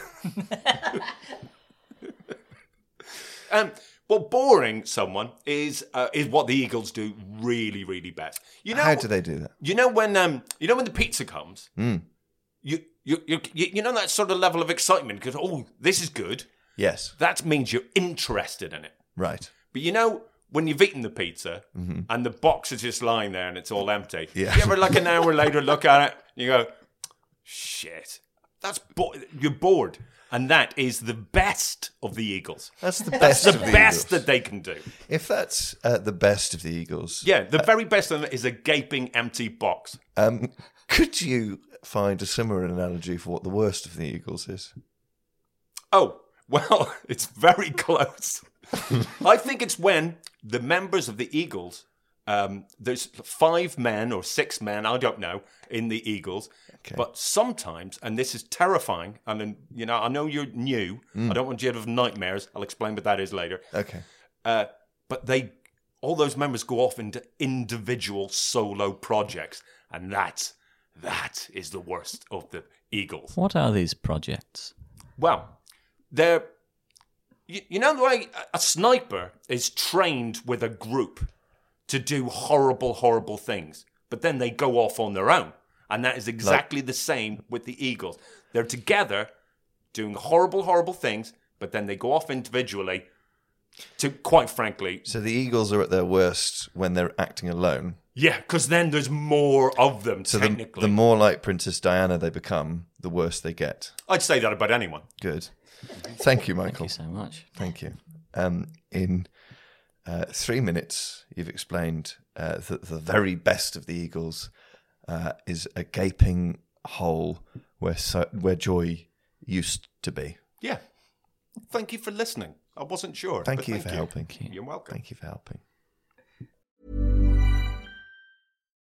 D: um, well, boring someone is uh, is what the Eagles do really, really best. You know,
B: How do they do that?
D: you know when um, you know when the pizza comes, you, you you you you know that sort of level of excitement because oh, this is good.
B: Yes,
D: That means you're interested in it.
B: right.
D: But you know, when you've eaten the pizza and the box is just lying there and it's all empty,
B: Mm-hmm. Yeah.
D: you ever like an hour later look at it and you go, shit, that's bo- you're bored. and that is the best of the Eagles.
B: That's the best.
D: That's the
B: of the
D: best
B: Eagles.
D: that they can do.
B: If that's uh, the best of the Eagles,
D: Yeah, the very best of them is a gaping empty box.
B: Um, could you find a similar analogy for what the worst of the Eagles is?
D: Oh, well, <laughs> it's very close. I think it's when the members of the Eagles, um, there's five men or six men, I don't know, in the Eagles. But sometimes, and this is terrifying, and then, you know, I know you're new. I don't want you to have nightmares. I'll explain what that is later.
B: Okay.
D: Uh, but they, all those members go off into individual solo projects, and that, that is the worst of the Eagles.
C: What are these projects?
D: Well, they're. You, you know the way a, a sniper is trained with a group to do horrible, horrible things, but then they go off on their own. And that is exactly the same with the Eagles. They're together doing horrible, horrible things, but then they go off individually to, quite frankly,
B: So the Eagles are at their worst when they're acting alone.
D: yeah, because then there's more of them,
B: So the,
D: technically.
B: the more like Princess Diana they become, the worse they get.
D: I'd say that about anyone.
B: Good. Thank you,
C: Thank
B: Michael.
C: you so much.
B: Thank you. Um, in uh, three minutes, you've explained uh, that the very best of the Eagles uh, is a gaping hole where so- where joy used to be.
D: Yeah. Thank you for listening. I wasn't sure.
B: Thank
D: but
B: you for helping.
D: You're welcome.
B: Thank you for helping.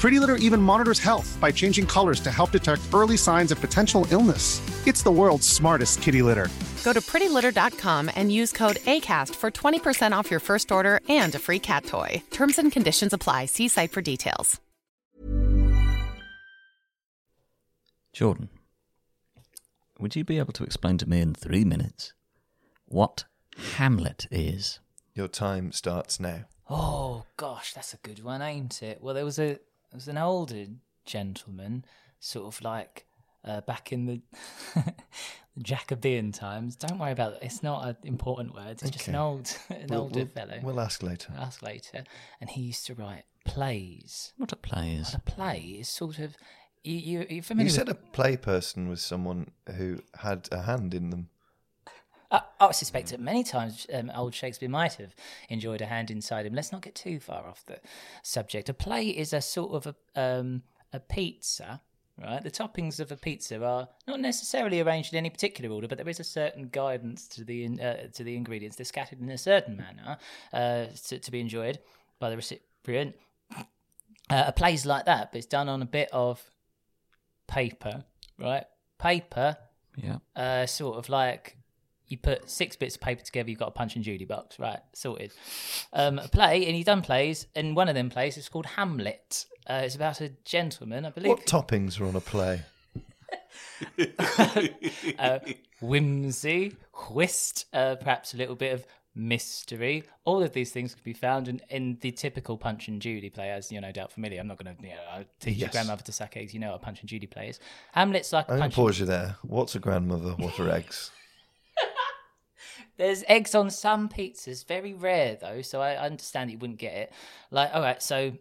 F: Pretty Litter even monitors health by changing colors to help detect early signs of potential illness. It's the world's smartest kitty litter.
G: Go to prettylitter.com and use code ACAST for 20% off your first order and a free cat toy. Terms and conditions apply. See site for details.
C: Jordan, would you be able to explain to me in three minutes what Hamlet is?
B: Your time starts now.
E: Oh gosh, that's a good one, ain't it? Well, there was a there was an older gentleman, sort of like uh, back in the <laughs> Jacobean times. Don't worry about it. It's not an important word. It's just an
B: Okay.
E: old <laughs> an
B: We'll-
E: older
B: we'll-
E: fellow. Ah,
B: We'll ask later.
E: ask later. And he used to write plays.
C: What a play
E: And
C: is.
E: a play is sort of you you you're familiar.
B: You said a
E: with,
B: play person was someone who had a hand in them.
E: I, I suspect that many times um, old Shakespeare might have enjoyed a hand inside him. Let's not get too far off the subject. A play is a sort of a, um, a pizza, right? The toppings of a pizza are not necessarily arranged in any particular order, but there is a certain guidance to the in, uh, to the ingredients. They're scattered in a certain manner uh, to, to be enjoyed by the recipient. Uh, a play's like that, but it's done on a bit of paper, right? Paper
C: Yeah.
E: uh, sort of like you put six bits of paper together, you've got a Punch and Judy box, right? Sorted. Um, a play, and he's done plays, and one of them plays is called Hamlet. Uh, it's about a gentleman, I believe.
B: What toppings were on a play?
E: uh, whimsy, whist, uh, perhaps a little bit of mystery. All of these things can be found in, in the typical Punch and Judy play, as you're no doubt familiar. I'm not going to you know, I'll teach your
B: Yes.
E: grandmother to suck eggs. You know what Punch and Judy play is. Hamlet's like a
B: I'm going
E: Punch
B: to
E: and-
B: pause you there. What's a grandmother? What are
E: <laughs>
B: eggs?
E: There's eggs on some pizzas, very rare though, so I understand you wouldn't get it. Like, all right, so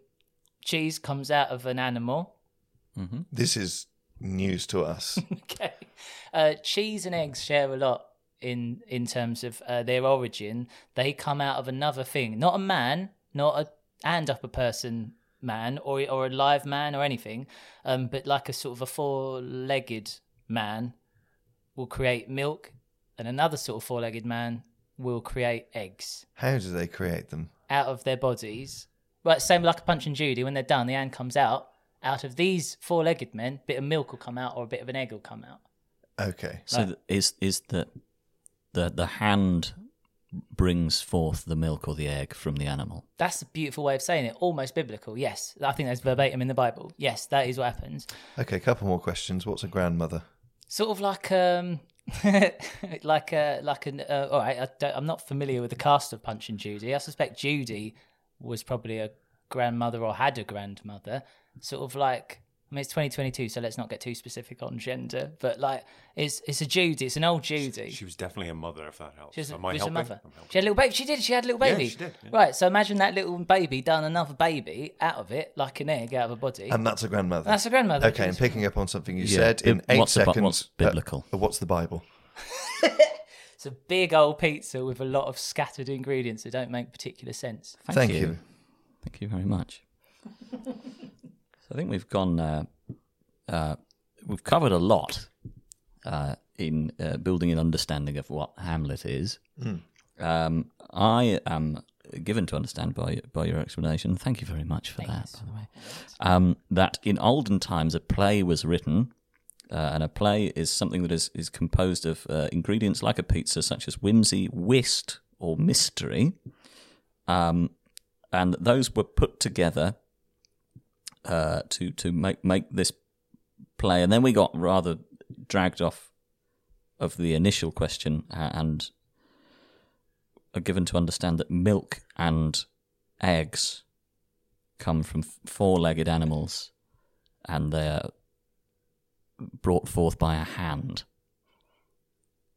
E: cheese comes out of an animal.
B: This is news to us.
E: <laughs> okay. Uh, cheese and eggs share a lot in in terms of uh, their origin. They come out of another thing, not a man, not a and up a person man or or a live man or anything, um, but like a sort of a four legged man will create milk, and another sort of four legged man will create eggs
B: How do they create them?
E: out of their bodies. Right, same like a Punch and Judy. When they're done, the hand comes out. Out of these four-legged men, a bit of milk will come out, or a bit of an egg will come out.
B: Okay.
C: So th- is is that the the hand brings forth the milk or the egg from the animal?
E: That's a beautiful way of saying it, almost biblical. Yes, I think that's verbatim in the Bible. Yes, that is what happens.
B: Okay, a couple more questions. What's a grandmother?
E: Sort of like um, <laughs> like a like an. Uh, all right, I don't, I'm not familiar with the cast of Punch and Judy. I suspect Judy was probably a grandmother or had a grandmother. Sort of like. I mean, it's 2022, so let's not get too specific on gender. But like, it's it's a Judy. It's an old Judy.
D: She was definitely a mother, if that helps.
E: She was,
D: Am I
E: was
D: helping?
E: a mother.
D: I'm helping.
E: She had a little baby. She did. She had a little
D: Yeah,
E: baby.
D: she did, yeah.
E: Right. So imagine that little baby done another baby out of it, like an egg out of a body.
B: And that's a grandmother.
E: That's a grandmother.
B: Okay, and
E: Yes.
B: picking up on something you
C: Yeah,
B: said in
C: bib-
B: eight
C: what's the bu-
B: seconds.
C: what's biblical?
B: uh, what's the Bible?
E: it's a big old pizza with a lot of scattered ingredients that don't make particular sense.
C: Thank,
B: Thank
C: you.
B: you.
C: Thank you very much. <laughs> so I think we've gone. Uh, uh, we've covered a lot uh, in uh, building an understanding of what Hamlet is. Um, I am given to understand by by your explanation. Thank you very much for that. By the way, um, that in olden times a play was written. Uh, and a play is something that is, is composed of uh, ingredients like a pizza, such as whimsy, whist, or mystery, um, and those were put together uh, to to make make this play. And then we got rather dragged off of the initial question uh, and are given to understand that milk and eggs come from f- four-legged animals, and they're brought forth by a hand.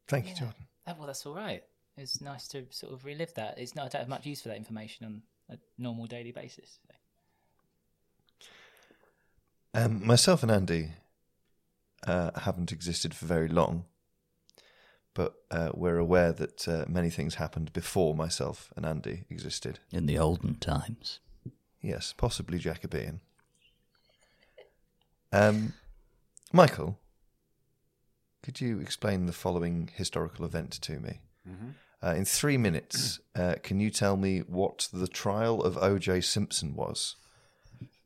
B: Thank you,
E: Yeah.
B: Jordan.
E: Oh, well, that's all right. It's nice to sort of relive that. It's not I don't have much use for that information on a normal daily basis.
B: Um, myself and Andy uh, haven't existed for very long, but uh, we're aware that uh, many things happened before myself and Andy existed.
C: In the olden times,
B: Yes, possibly Jacobean. Um, Michael, could you explain the following historical event to me? Uh, in three minutes, uh, can you tell me what the trial of O.J. Simpson was?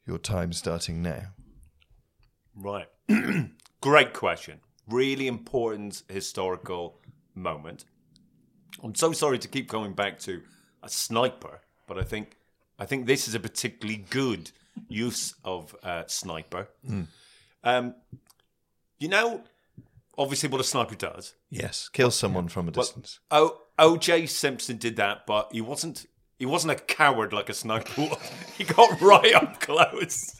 B: Your time starting now.
D: Right. <clears throat> Great question. Really important historical moment. I'm so sorry to keep going back to a sniper, but I think I think this is a particularly good use of uh, sniper. Um, you know, obviously, what a sniper does.
B: Yes, kill someone from a
D: Well,
B: distance.
D: O- OJ Simpson did that, but he wasn't. He wasn't a coward like a sniper. was. <laughs> he got right up close.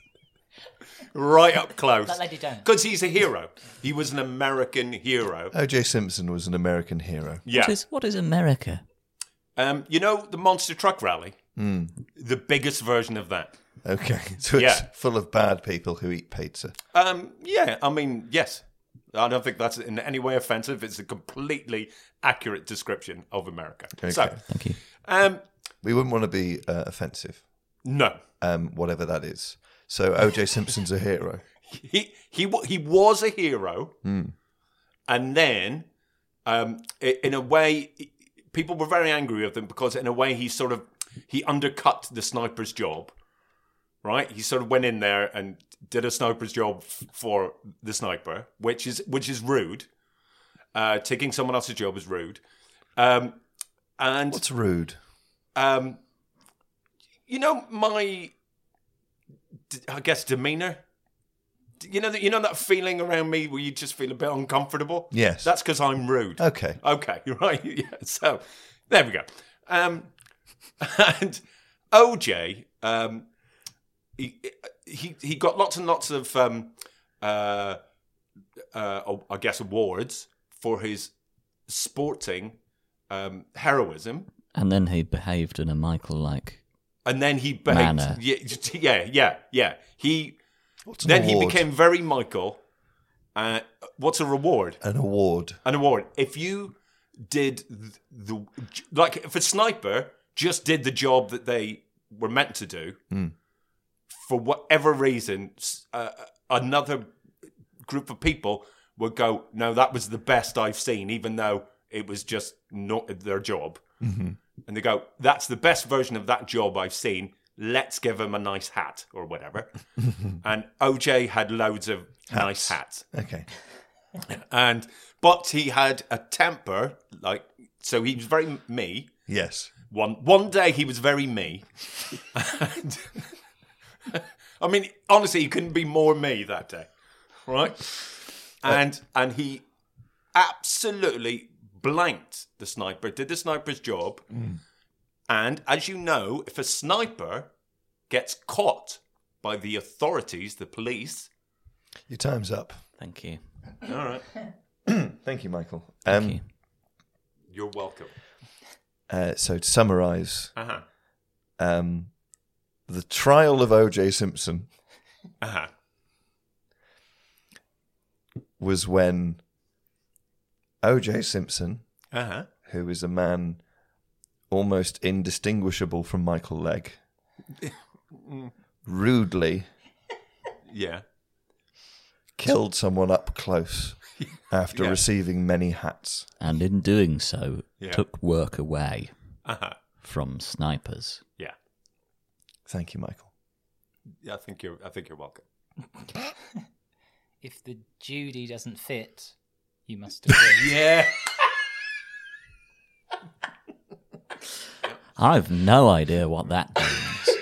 D: right up close.
E: Like Lady Diana.
D: Because he's a hero. He was an American hero.
B: O.J. Simpson was an American hero.
D: Yeah.
C: what Uh, is what is America?
D: Um, you know the monster truck rally.
C: Hmm.
D: The biggest version of that.
B: Okay, <laughs> so it's
D: Yeah.
B: full of bad people who eat pizza.
D: Um, yeah, I mean, yes. I don't think that's in any way offensive. It's a completely accurate description of America. So,
B: Okay.
C: Thank you.
D: um,
B: We wouldn't want to be uh, offensive.
D: no,
B: um, whatever that is. So OJ Simpson's a
D: <laughs>
B: hero.
D: he he wa- he was a hero, and then, um, i- in a way, i- people were very angry with him because, in a way, he sort of he undercut the sniper's job, right? He sort of went in there and did a sniper's job f- for the sniper, which is which is rude. Uh, taking someone else's job is rude, um, and
B: What's rude?
D: um, you know my, d- I guess demeanor. You know that you know that feeling around me where you just feel a bit uncomfortable.
B: Yes. Uh,
D: that's because I'm rude.
B: Okay.
D: okay, <laughs> you're right. Yeah, so there we go. Um, <laughs> and OJ, um, he, he he got lots and lots of um, uh, uh, I guess awards for his sporting um, heroism.
C: And then he behaved in a Michael like.
D: and then he behaved.
C: Manner.
D: Yeah, j- yeah, yeah, yeah. He
B: What's an
D: then he
B: award?
D: became very Michael. Uh, what's a reward?
B: an award.
D: An award. If you did the, the like, if a sniper just did the job that they were meant to do, for whatever reason, s- uh, another group of people would go, "No, that was the best I've seen," even though it was just not their job. And they go, "That's the best version of that job I've seen. Let's give him a nice hat or whatever." and OJ had loads of nice hats,
B: Okay.
D: and but he had a temper, like so he was very me.
B: Yes.
D: One one day he was very me. and, <laughs> I mean, honestly, he couldn't be more me that day, right? And and he absolutely blanked the sniper, did the sniper's job. And as you know, if a sniper gets caught by the authorities, the police,
B: Your time's up.
C: Thank you. Um,
D: all right,
B: Thank you, Michael. Um,
C: Thank you.
D: you're welcome.
B: Uh, so to summarise,
D: Uh huh.
B: um, the trial of O.J. Simpson
D: Uh huh.
B: was when O.J. Simpson,
D: Uh huh.
B: who is a man almost indistinguishable from Michael
D: <laughs>
B: Legg, rudely
D: Yeah.
B: killed someone up
D: <laughs>
B: close after
D: Yeah.
B: receiving many hats.
C: And in doing so,
D: Yeah.
C: took work away
D: Uh huh.
C: from snipers.
D: Yeah.
B: Thank you, Michael.
D: Yeah. I think you're. I think you're welcome.
E: If the Judy doesn't fit, you
B: <laughs>
E: must agree.
D: Yeah.
C: I've no idea what that means.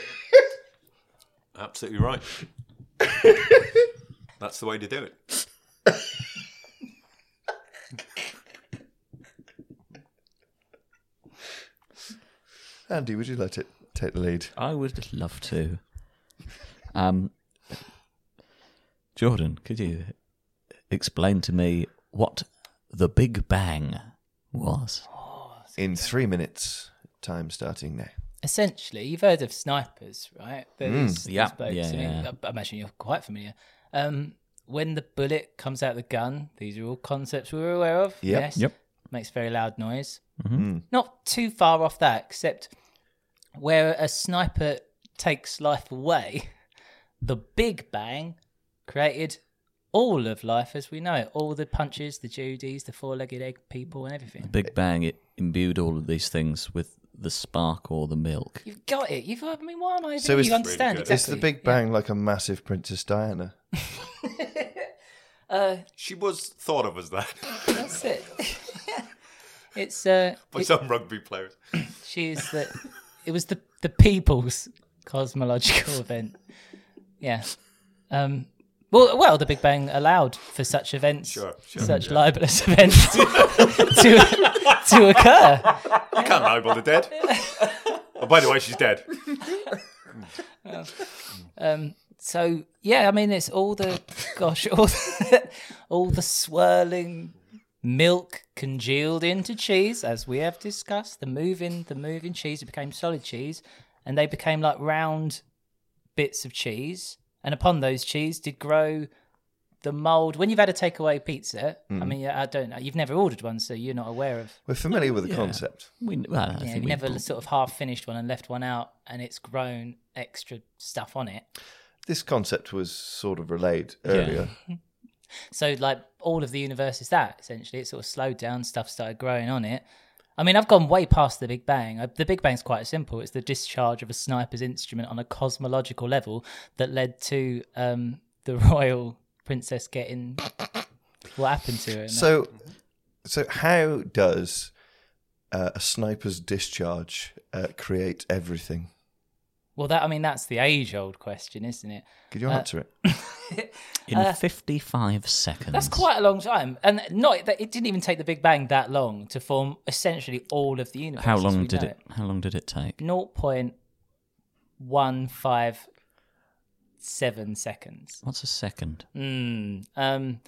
D: Absolutely right. That's the way to do it.
B: Andy, would you let it take the lead?
C: I would love to. Um, Jordan, could you explain to me what the Big Bang was?
B: In three minutes, time starting now.
E: Essentially, you've heard of snipers, right? These-
C: Hmm, yeah,
E: these blokes.
C: yeah,
E: I, mean,
C: yeah.
E: I- I imagine you're quite familiar. Um, when the bullet comes out of the gun, these are all concepts we're aware of.
B: Yep,
E: Yes.
C: yep. Mm-hmm.
E: Makes very loud noise.
D: Hmm.
E: Not too far off that, except where a sniper takes life away, <laughs> the Big Bang created all of life as we know it. All the punches, the Judies, the four-legged egg people, and everything.
C: Big Bang it imbued all of these things with the spark or the milk.
E: You've got it. You've. I mean, why am I?
B: So
E: you
B: is-
E: understand
D: Really good.
E: exactly.
B: Is the Big Bang like a massive Princess Diana?
E: Uh,
D: She was thought of as that <laughs>
E: that's it. <laughs> it's uh,
D: by some rugby players.
E: she's the. It was the the people's cosmological <laughs> event. Yeah. Um. Well, well, the Big Bang allowed for such events,
D: Sure, sure,
E: such libelous <laughs> events to to occur.
D: You can't libel the dead. Oh, by the way, she's dead.
E: So yeah, I mean, it's all the gosh, all the, <laughs> all the swirling milk congealed into cheese, as we have discussed. The moving, the moving cheese, it became solid cheese, and they became like round bits of cheese. And upon those cheese did grow the mold. When you've had a takeaway pizza,
C: Mm.
E: I mean, I don't know, you've never ordered one, so you're not aware of.
B: We're familiar with the concept.
C: We, well, I
E: Yeah,
C: think
E: you
C: we
E: never
C: bought-
E: sort of half finished one and left one out, and it's grown extra stuff on it.
B: This concept was sort of relayed earlier.
E: So like all of the universe is that essentially. It sort of slowed down. Stuff started growing on it. I mean, I've gone way past the Big Bang. I, the Big Bang's quite simple. It's the discharge of a sniper's instrument on a cosmological level that led to um, the <laughs> royal princess getting what happened to her. and that.
B: So, so how does uh, a sniper's discharge uh, create everything?
E: Well, that I mean, that's the age-old question, isn't it?
B: Could you
E: Uh,
B: answer it?
C: in 55 seconds.
E: That's quite a long time, and not that it didn't even take the Big Bang that long to form essentially all of the universe.
C: How
E: as
C: long
E: we
C: did
E: know
C: it? How long did it take?
E: 0.157 seconds.
C: What's a second?
E: Mm. Um,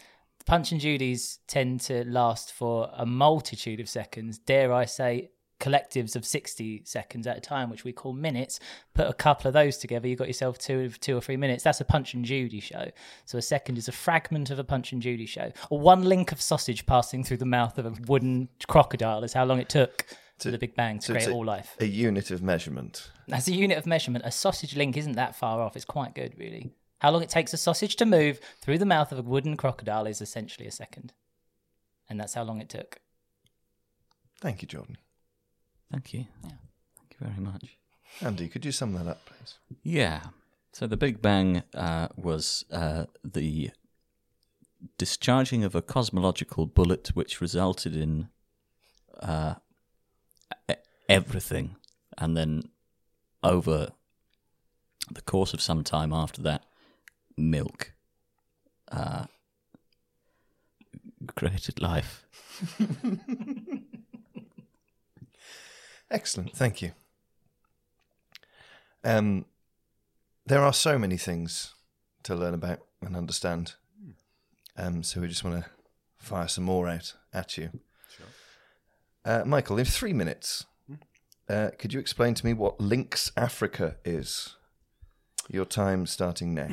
E: Punch and Judies tend to last for a multitude of seconds, dare I say, collectives of 60 seconds at a time, which we call minutes. Put a couple of those together, you've got yourself two, two or three minutes. That's a Punch and Judy show. So a second is a fragment of a Punch and Judy show. Or one link of sausage passing through the mouth of a wooden crocodile is how long it took. To, the Big Bang to
B: So it's
E: create
B: a-
E: all life.
B: A unit of measurement.
E: As a unit of measurement, a sausage link isn't that far off. It's quite good, really. How long it takes a sausage to move through the mouth of a wooden crocodile is essentially a second. And that's how long it took.
B: Thank you, Jordan.
C: Thank you. Thank you very much.
B: Andy, could you sum that up, please?
C: Yeah. So the Big Bang uh, was uh, the discharging of a cosmological bullet, which resulted in uh, e- everything, and then over the course of some time after that, milk uh, created life.
B: Excellent, thank you. Um, there are so many things to learn about and understand. Um, so we just want to fire some more out at you. Uh, Michael, in three minutes, uh, could you explain to me what Lynx Africa is? Your time starting now.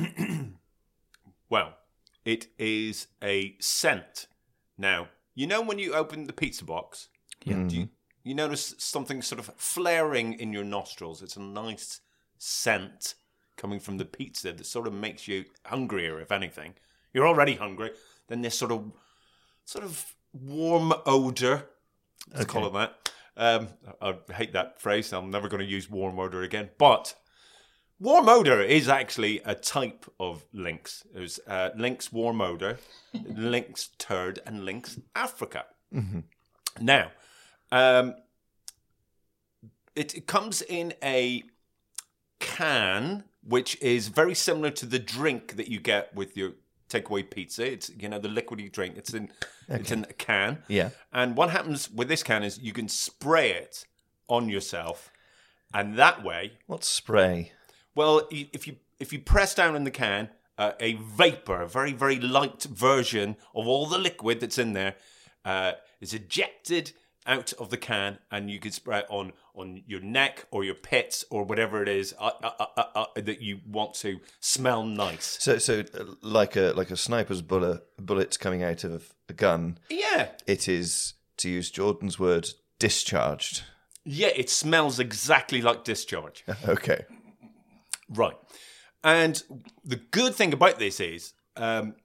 D: Well, it is a scent. Now, you know when you open the pizza box, do you, you notice something sort of flaring in your nostrils. It's a nice scent coming from the pizza that sort of makes you hungrier, if anything. You're already hungry. Then this sort of sort of warm odor. Let's call it that. Um, I I hate that phrase. I'm never going to use warm odor again. But Warm odor is actually a type of lynx. There's uh, lynx warm odor, lynx turd, and lynx Africa. Now, um, it, it comes in a can, which is very similar to the drink that you get with your takeaway pizza. It's you know the liquidy drink. It's in it's in a can.
B: Yeah.
D: And what happens with this can is you can spray it on yourself, and that way
B: What spray?
D: well, i- if you if you press down in the can, uh, a vapor, a very very light version of all the liquid that's in there, uh, is ejected out of the can, and you can spray it on on your neck or your pits or whatever it is uh, uh, uh, uh, uh, that you want to smell nice.
B: So, so uh, like a like a sniper's bullet bullets coming out of a gun.
D: Yeah,
B: It is, to use Jordan's word, discharged.
D: yeah, it smells exactly like discharge.
B: Okay.
D: Right. And the good thing about this is um,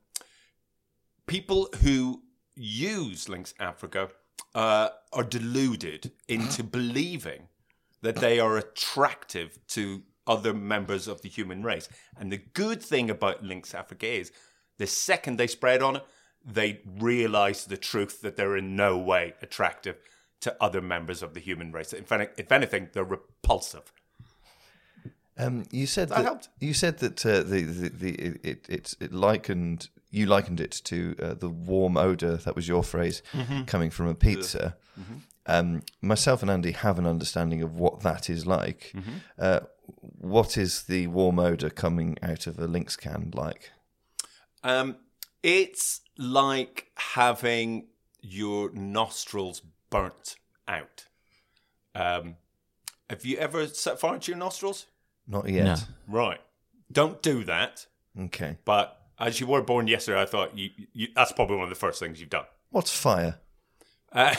D: people who use Links Africa uh, are deluded into believing that they are attractive to other members of the human race. And the good thing about Links Africa is the second they spread on it, they realize the truth that they're in no way attractive to other members of the human race. In fact, if anything, they're repulsive.
B: Um, you said
D: That
B: that
D: helped.
B: you said that uh, the, the the it it, it likened you likened it to uh, the warm odor that was your phrase
D: Mm-hmm.
B: coming from a pizza. Um, myself and Andy have an understanding of what that is like.
D: Mm-hmm.
B: Uh, what is the warm odor coming out of a Lynx can like?
D: Um, it's like having your nostrils burnt out. Um, have you ever set fire to your nostrils?
B: Not yet.
D: Right. Don't do that.
B: Okay.
D: But as you were born yesterday, I thought you, you, that's probably one of the first things you've done.
B: What's fire?
D: Uh,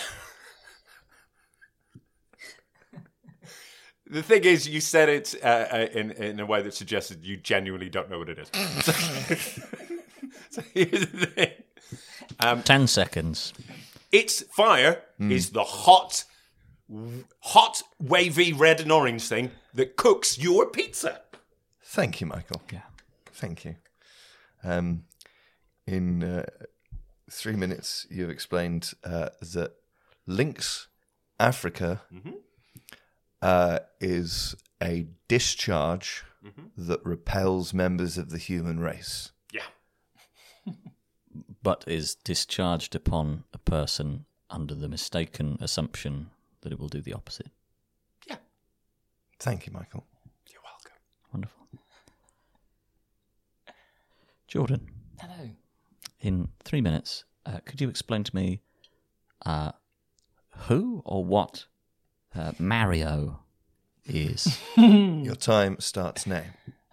D: <laughs> the thing is, you said it uh, uh, in in a way that suggested you genuinely don't know what it is. <laughs> so here's the thing.
C: 10 seconds.
D: Its fire is the hot, hot, wavy red and orange thing that cooks your pizza.
B: Thank you, Michael.
C: Yeah.
B: Thank you. Um, in uh, three minutes, you've
E: Mm-hmm.
B: explained uh, that Lynx Africa uh, is a discharge
E: Mm-hmm.
B: that repels members of the human race.
D: Yeah.
C: but is discharged upon a person under the mistaken assumption that it will do the opposite.
B: Thank you, Michael.
D: You're welcome.
C: Wonderful. Jordan,
E: Hello.
C: in three minutes, uh, could you explain to me uh, who or what uh, Mario
E: <laughs>
C: is?
E: Mm.
B: Your time starts now.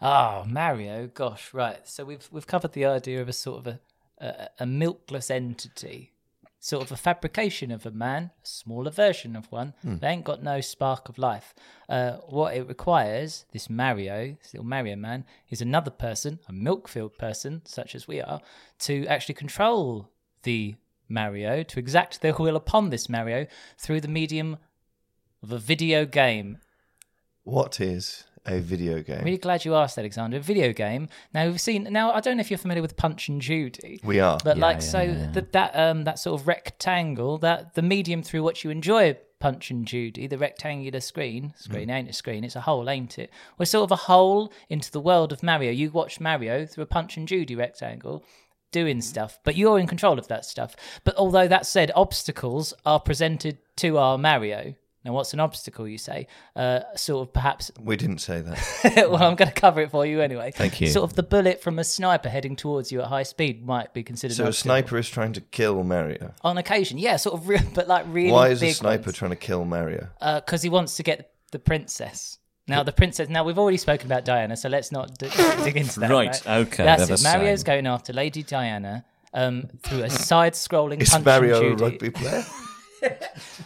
E: Oh, Mario, gosh, right. So we've we've covered the idea of a sort of a a, a milkless entity, sort of a fabrication of a man, a smaller version of one. They ain't got no spark of life. Uh, what it requires, this Mario, this little Mario man, is another person, a milk-filled person, such as we are, to actually control the Mario, to exact their will upon this Mario through the medium of a video game
B: What is a video game?
E: I'm really glad you asked, Alexander. A video game. Now we've seen. Now I don't know if you're familiar with Punch and Judy,
B: we are.
E: but
C: Yeah,
E: like
C: yeah,
E: so
C: yeah, yeah.
E: that that um that sort of rectangle that the medium through which you enjoy Punch and Judy, the rectangular screen
C: Hmm.
E: screen ain't a screen, it's a hole, ain't it? We're sort of a hole into the world of Mario. You watch Mario through a Punch and Judy rectangle.
C: Hmm.
E: Doing stuff, but you're in control of that stuff. But although that said, obstacles are presented to our Mario. Now, what's an obstacle, you say? Uh, sort of perhaps
B: we didn't say
E: <laughs>
B: that.
E: well, I'm going to cover it for you anyway.
B: Thank you.
E: Sort of the bullet from a sniper heading towards you at high speed might be considered.
B: so a
E: an obstacle.
B: sniper is trying to kill Mario.
E: on occasion, yeah, sort of, real, <laughs> but like really.
B: Why is
E: big
B: a sniper
E: ones.
B: trying to kill Mario?
E: Because he wants to get the princess. Now the princess. Now we've already spoken about Diana, so let's not d- <laughs> dig into that.
C: Right,
E: Right.
C: okay,
E: That's
C: they're
E: it.
C: the
E: Mario's
C: same.
E: going after Lady Diana. Um, through a side-scrolling
B: Is
E: punch
B: Mario a
E: and
B: <laughs>
E: Judy.
B: rugby player?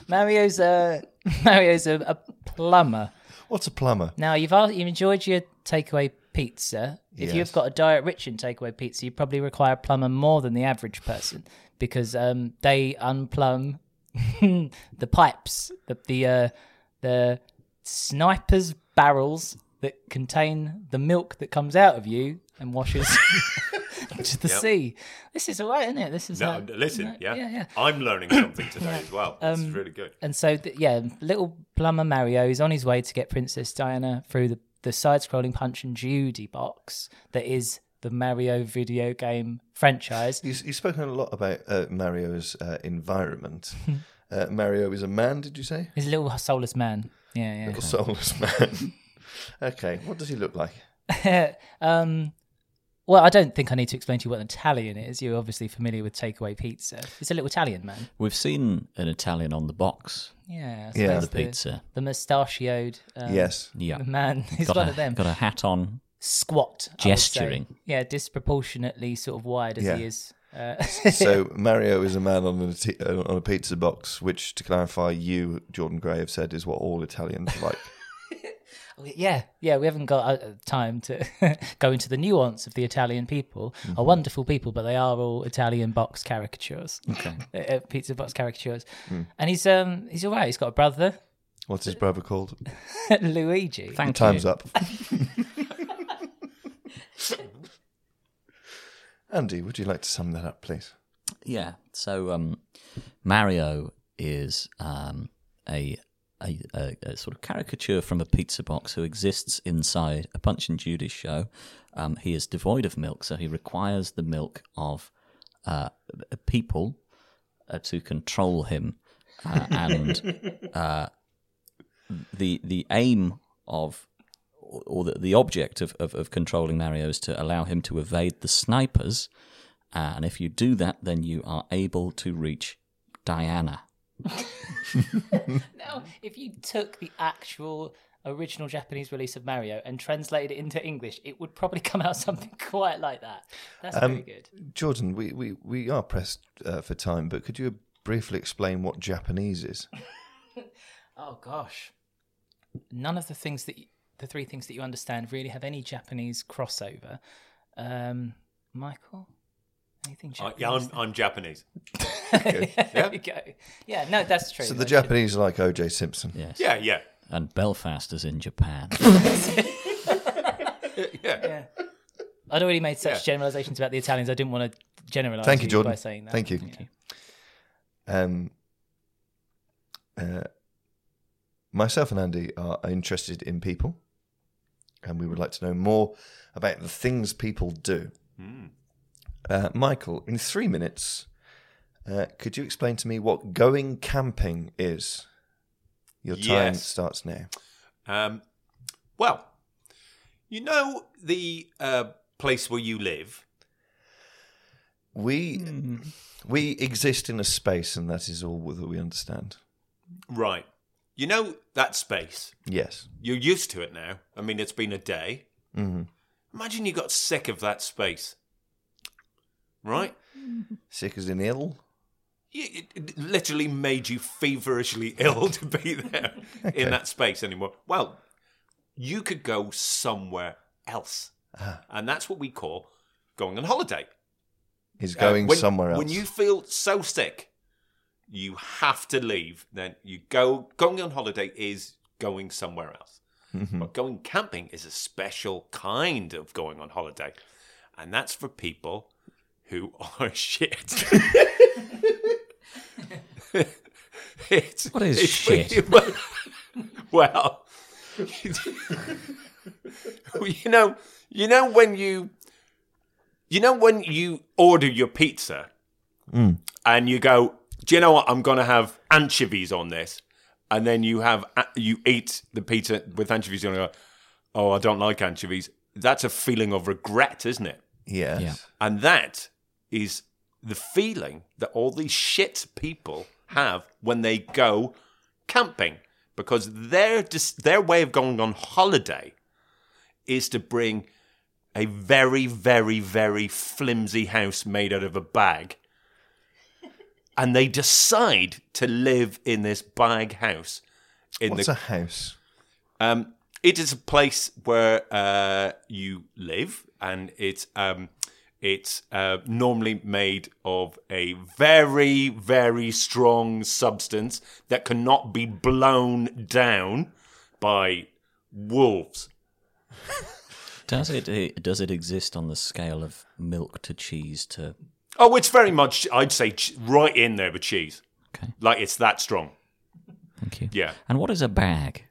E: Mario's a <laughs> Mario's a, a plumber.
B: What's a plumber?
E: Now you've al- you've enjoyed your takeaway pizza. If
B: Yes.
E: you've got a diet rich in takeaway pizza, you probably require a plumber more than the average person because um, they unplumb <laughs> the pipes, the the uh, the snipers barrels that contain the milk that comes out of you and washes <laughs> to the sea. This is all right, isn't it? This is
D: No,
E: like-
D: listen,
E: no,
D: yeah.
E: yeah, yeah. um,
D: I'm learning
E: <coughs>
D: something today as well. This is really good.
E: And so, th- yeah, little plumber Mario is on his way to get Princess Diana through the, the side scrolling Punch and Judy box that is the Mario video game franchise.
B: You, you've spoken a lot about uh, Mario's uh, environment. uh, Mario is a man, did you say?
E: He's a little soulless man. Yeah,
B: Little soulless man. <laughs> okay, what does he look like?
E: yeah. um, well, I don't think I need to explain to you what an Italian is. You're obviously familiar with takeaway pizza. It's a little Italian man.
C: We've seen an Italian on the box
E: Yeah. I
B: Yeah.
E: suppose
C: of the pizza.
E: The mustachioed um,
B: <laughs> yes.
C: Yeah.
E: man. He's
C: got
E: one
C: a,
E: of them.
C: Got a hat on.
E: Squat. I would say.
C: Gesturing.
E: Yeah, disproportionately sort of wide as
B: Yeah.
E: he is. Uh,
B: <laughs> So Mario is a man on a, t- uh, on a pizza box, which, to clarify, you, Jordan Gray, have said is what all Italians <laughs> are like.
E: Yeah, yeah, we haven't got uh, time to <laughs> go into the nuance of the Italian people. Are wonderful people, but they are all Italian box caricatures, okay. <laughs> uh, pizza box caricatures. And he's um he's all right. He's got a brother, <laughs>
B: What's his brother called?
E: Luigi.
C: Thank
B: Time's
C: you.
B: <laughs> up. Andy, would you like to sum that up, please?
C: Yeah. So um, Mario is um, a, a, a, a sort of caricature from a pizza box who exists inside a Punch and Judy show. Um, he is devoid of milk, so he requires the milk of uh, people uh, to control him, uh, and uh, the the aim of or the, the object of, of, of controlling Mario is to allow him to evade the snipers, Uh, and if you do that, then you are able to reach Diana.
E: Now, if you took the actual original Japanese release of Mario and translated it into English, it would probably <laughs> come out something quite like that. That's
B: Um,
E: very good.
B: Jordan, we, we, we are pressed uh, for time, but could you briefly explain what Japanese is?
E: Oh gosh, none of the things that you, the three things that you understand really have any Japanese crossover. Um, Michael, anything
D: I,
E: Japanese?
D: yeah,
E: <laughs>
D: I'm, I'm Japanese.
E: there we go. Yeah, no, that's true.
B: so the
E: That
B: Japanese are like O.J. Simpson.
C: Yes.
D: Yeah, yeah, <laughs>
C: And Belfast is in Japan.
D: yeah.
E: should- I'd already made such
D: Yeah.
E: generalizations about the Italians. I didn't want to generalize.
B: Thank you,
E: by
B: Jordan.
E: saying that.
B: Thank you. Um, uh, myself and Andy are interested in people, and we would like to know more about the things people do. Uh, Michael, in three minutes, uh, could you explain to me what going camping is? Your time
D: Yes.
B: starts now.
D: Um, well, you know the uh, place where you live.
B: We
D: Mm-hmm.
B: we exist in a space, and that is all that we understand.
D: Right. You know that space.
B: Yes.
D: You're used to it now. I mean, it's been a day.
B: hmm
D: Imagine you got sick of that space. Right?
B: Sick as in ill.
D: You- It it literally made you feverishly <laughs> ill to be there
B: Okay.
D: in that space anymore. Well, you could go somewhere else.
B: Ah.
D: And that's what we call going on holiday.
B: Is
D: Uh,
B: going
D: when-
B: somewhere else.
D: When you feel so sick, you have to leave. Then you go. Going on holiday is going somewhere else.
B: Mm-hmm.
D: But going camping is a special kind of going on holiday, and that's for people who <laughs> are shit. <laughs> it's,
C: What is shit?
D: well- well, <laughs> you know, you know when you you know when you order your pizza
C: Mm.
D: and you go, "Do you know what? I'm going to have anchovies on this," and then you have you eat the pizza with anchovies and you go, "Oh, I don't like anchovies." That's a feeling of regret, isn't it?
B: Yes.
C: Yeah.
D: And that is the feeling that all these shit people have when they go camping because their dis- their way of going on holiday is to bring a very very very flimsy house made out of a bag and they decide to live in this bag house in
B: What's
D: the
B: a house?
D: um, it is a place where uh, you live, and it's um, it's uh, normally made of a very very strong substance that cannot be blown down by wolves.
C: Does it, it does it exist on the scale of milk to cheese to
D: Oh, it's very much I'd say ch- right in there with cheese.
C: Okay.
D: Like it's that strong.
C: thank you?
D: Yeah.
C: And what is a bag?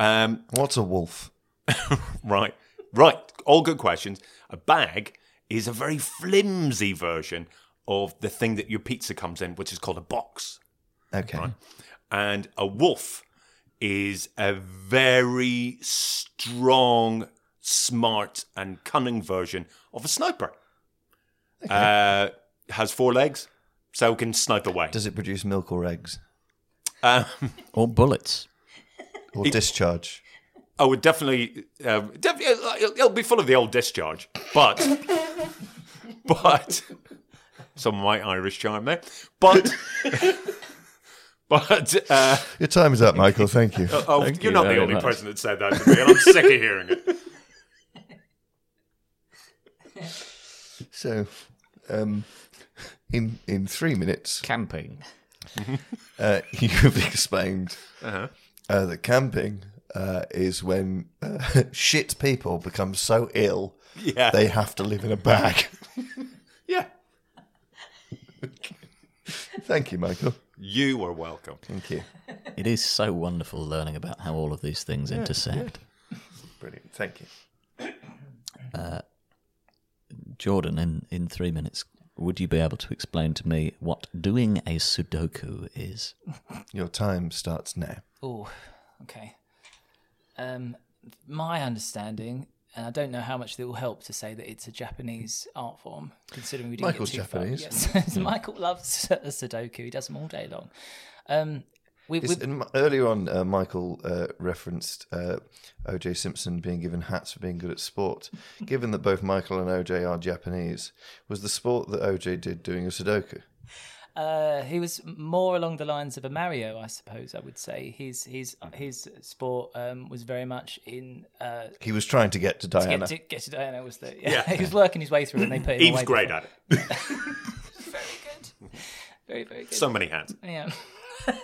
D: Um,
B: What's a wolf?
D: Right, right. All good questions. A bag is a very flimsy version of the thing that your pizza comes in, which is called a box.
B: Okay.
D: And a wolf is a very strong, smart, and cunning version of a sniper. Uh, has four legs, so can snipe away.
B: Does it produce milk or eggs
D: Um,
C: Or bullets?
B: or discharge?
D: I would definitely, um, def- it'll, it'll be full of the old discharge, but, <laughs> but, some of my Irish charm there, but, <laughs> but, uh,
B: Your time is up, Michael. Thank
D: <laughs>
B: you.
D: oh,
C: Thank
D: you're
C: you
D: not the
C: very
D: only
C: much.
D: person that said that to me, and I'm sick of hearing
C: <laughs>
D: it.
B: so, um, in in three minutes,
C: Camping. <laughs>
B: uh, <laughs> you have explained
D: Uh-huh.
B: uh, that camping uh, is when uh, <laughs> shit people become so ill
D: Yeah.
B: they have to live in a bag.
D: Yeah.
B: Thank you, Michael.
D: You are welcome.
B: Thank you.
C: It is so wonderful learning about how all of these things intersect.
B: Brilliant. Thank you.
C: Jordan, in, in three minutes, would you be able to explain to me what doing a Sudoku is?
B: Your time starts now.
E: Oh, okay. Um, my understanding, and I don't know how much it will help to say that it's a Japanese art form, considering we didn't
B: Michael's
E: get too far.
B: Japanese. Hmm.
E: Yes, <laughs> Michael loves Sudoku. He does them all day long. Um, we,
B: Is,
E: we,
B: and m- earlier on, uh, Michael uh, referenced uh, OJ Simpson being given hats for being good at sport. Given that both Michael and OJ are Japanese, was the sport that OJ did doing a Sudoku?
E: Uh, he was more along the lines of a Mario, I suppose. I would say his his
B: Hmm.
E: his sport um, was very much in uh,
B: He was trying to get to Diana.
E: get to get to Diana was the <laughs> yeah. he was working his way through and they put him
D: Eve's
E: away
D: great
E: before.
D: at it.
E: very very good
D: So many hands.
E: yeah <laughs>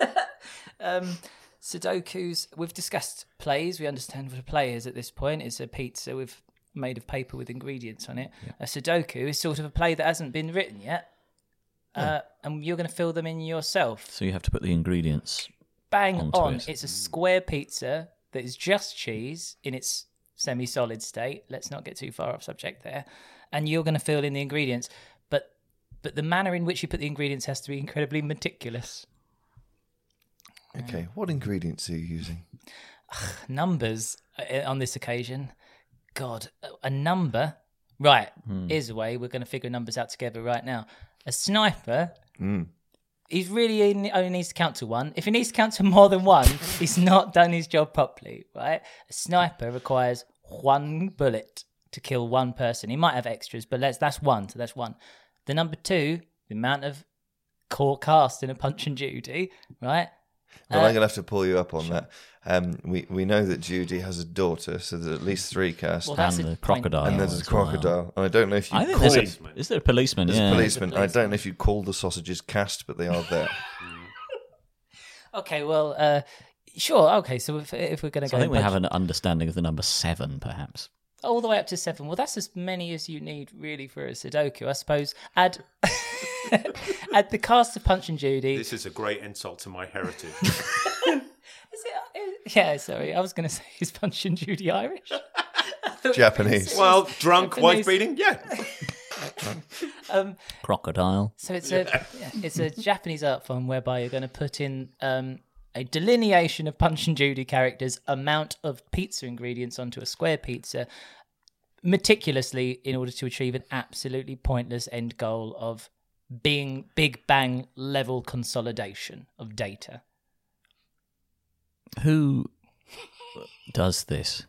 E: um, Sudoku's we've discussed plays we understand what a play is at this point it's a pizza with made of paper with ingredients on it a Sudoku is sort of a play that hasn't been
C: Oh.
E: written yet uh, and you're going to fill them in yourself
C: So you have to put the ingredients
E: bang
C: Onto
E: on.
C: it.
E: It's a square pizza that is just cheese in its semi solid state. Let's not get too far off subject there. And you're going to fill in the ingredients. But but the manner in which you put the ingredients has to be incredibly meticulous.
B: Okay, what ingredients are you using?
E: numbers uh, on this occasion. God, a- a number. Right, here's a way we're going to figure numbers out together right now. A sniper, he's really in, only needs to count to one. If he needs to count to more than one, he's not done his job properly, right? A sniper requires one bullet to kill one person. He might have extras, but let's that's one, so that's one. The number two, the amount of core cast in a punch and Judy, right?
B: Well,
E: Uh,
B: I'm gonna have to pull you up on that. Um, we we know that Judy has a daughter, so there's at least three cast,
E: Well, that's
C: and
E: a
C: the
E: point.
C: crocodile.
B: and there's
C: as
B: a crocodile. I don't know if you
C: Well. I think
B: call
C: there's
B: it,
C: a, is there a policeman?
B: there's
C: yeah.
B: a policeman. I don't know if you call the sausages cast, but they are there.
E: Okay, well, uh, sure. Okay, so if, if we're going to
C: So
E: go,
C: I think we
E: punch-
C: have an understanding of the number seven, perhaps.
E: all the way up to seven. Well, that's as many as you need really for a Sudoku, I suppose. Add <laughs> add the cast of Punch and Judy.
D: This is a great insult to my heritage.
E: Is it- uh, yeah, sorry, I was going to <laughs> say is Punch and Judy Irish?
B: Japanese.
D: well, drunk, wife
E: Japanese.
D: beating, yeah.
C: Crocodile.
E: So it's a yeah, it's a Japanese art form whereby you're going to put in um, a delineation of Punch and Judy characters, amount of pizza ingredients onto a square pizza, meticulously in order to achieve an absolutely pointless end goal of being Big Bang level consolidation of data.
C: Who does this?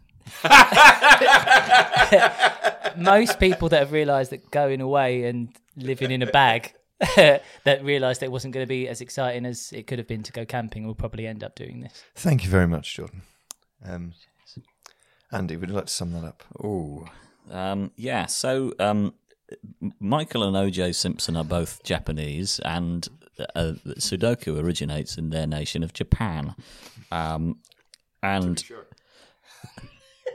E: Most people that have realised that going away and living in a bag. <laughs> that realised that it wasn't going to be as exciting as it could have been to go camping will probably end up doing this.
B: Thank you very much, Jordan. Um, Andy, would you like to sum that up?
C: Oh, um, yeah. So um, M- Michael and O.J. Simpson are both Japanese, and uh, Sudoku originates in their nation of Japan. Um, and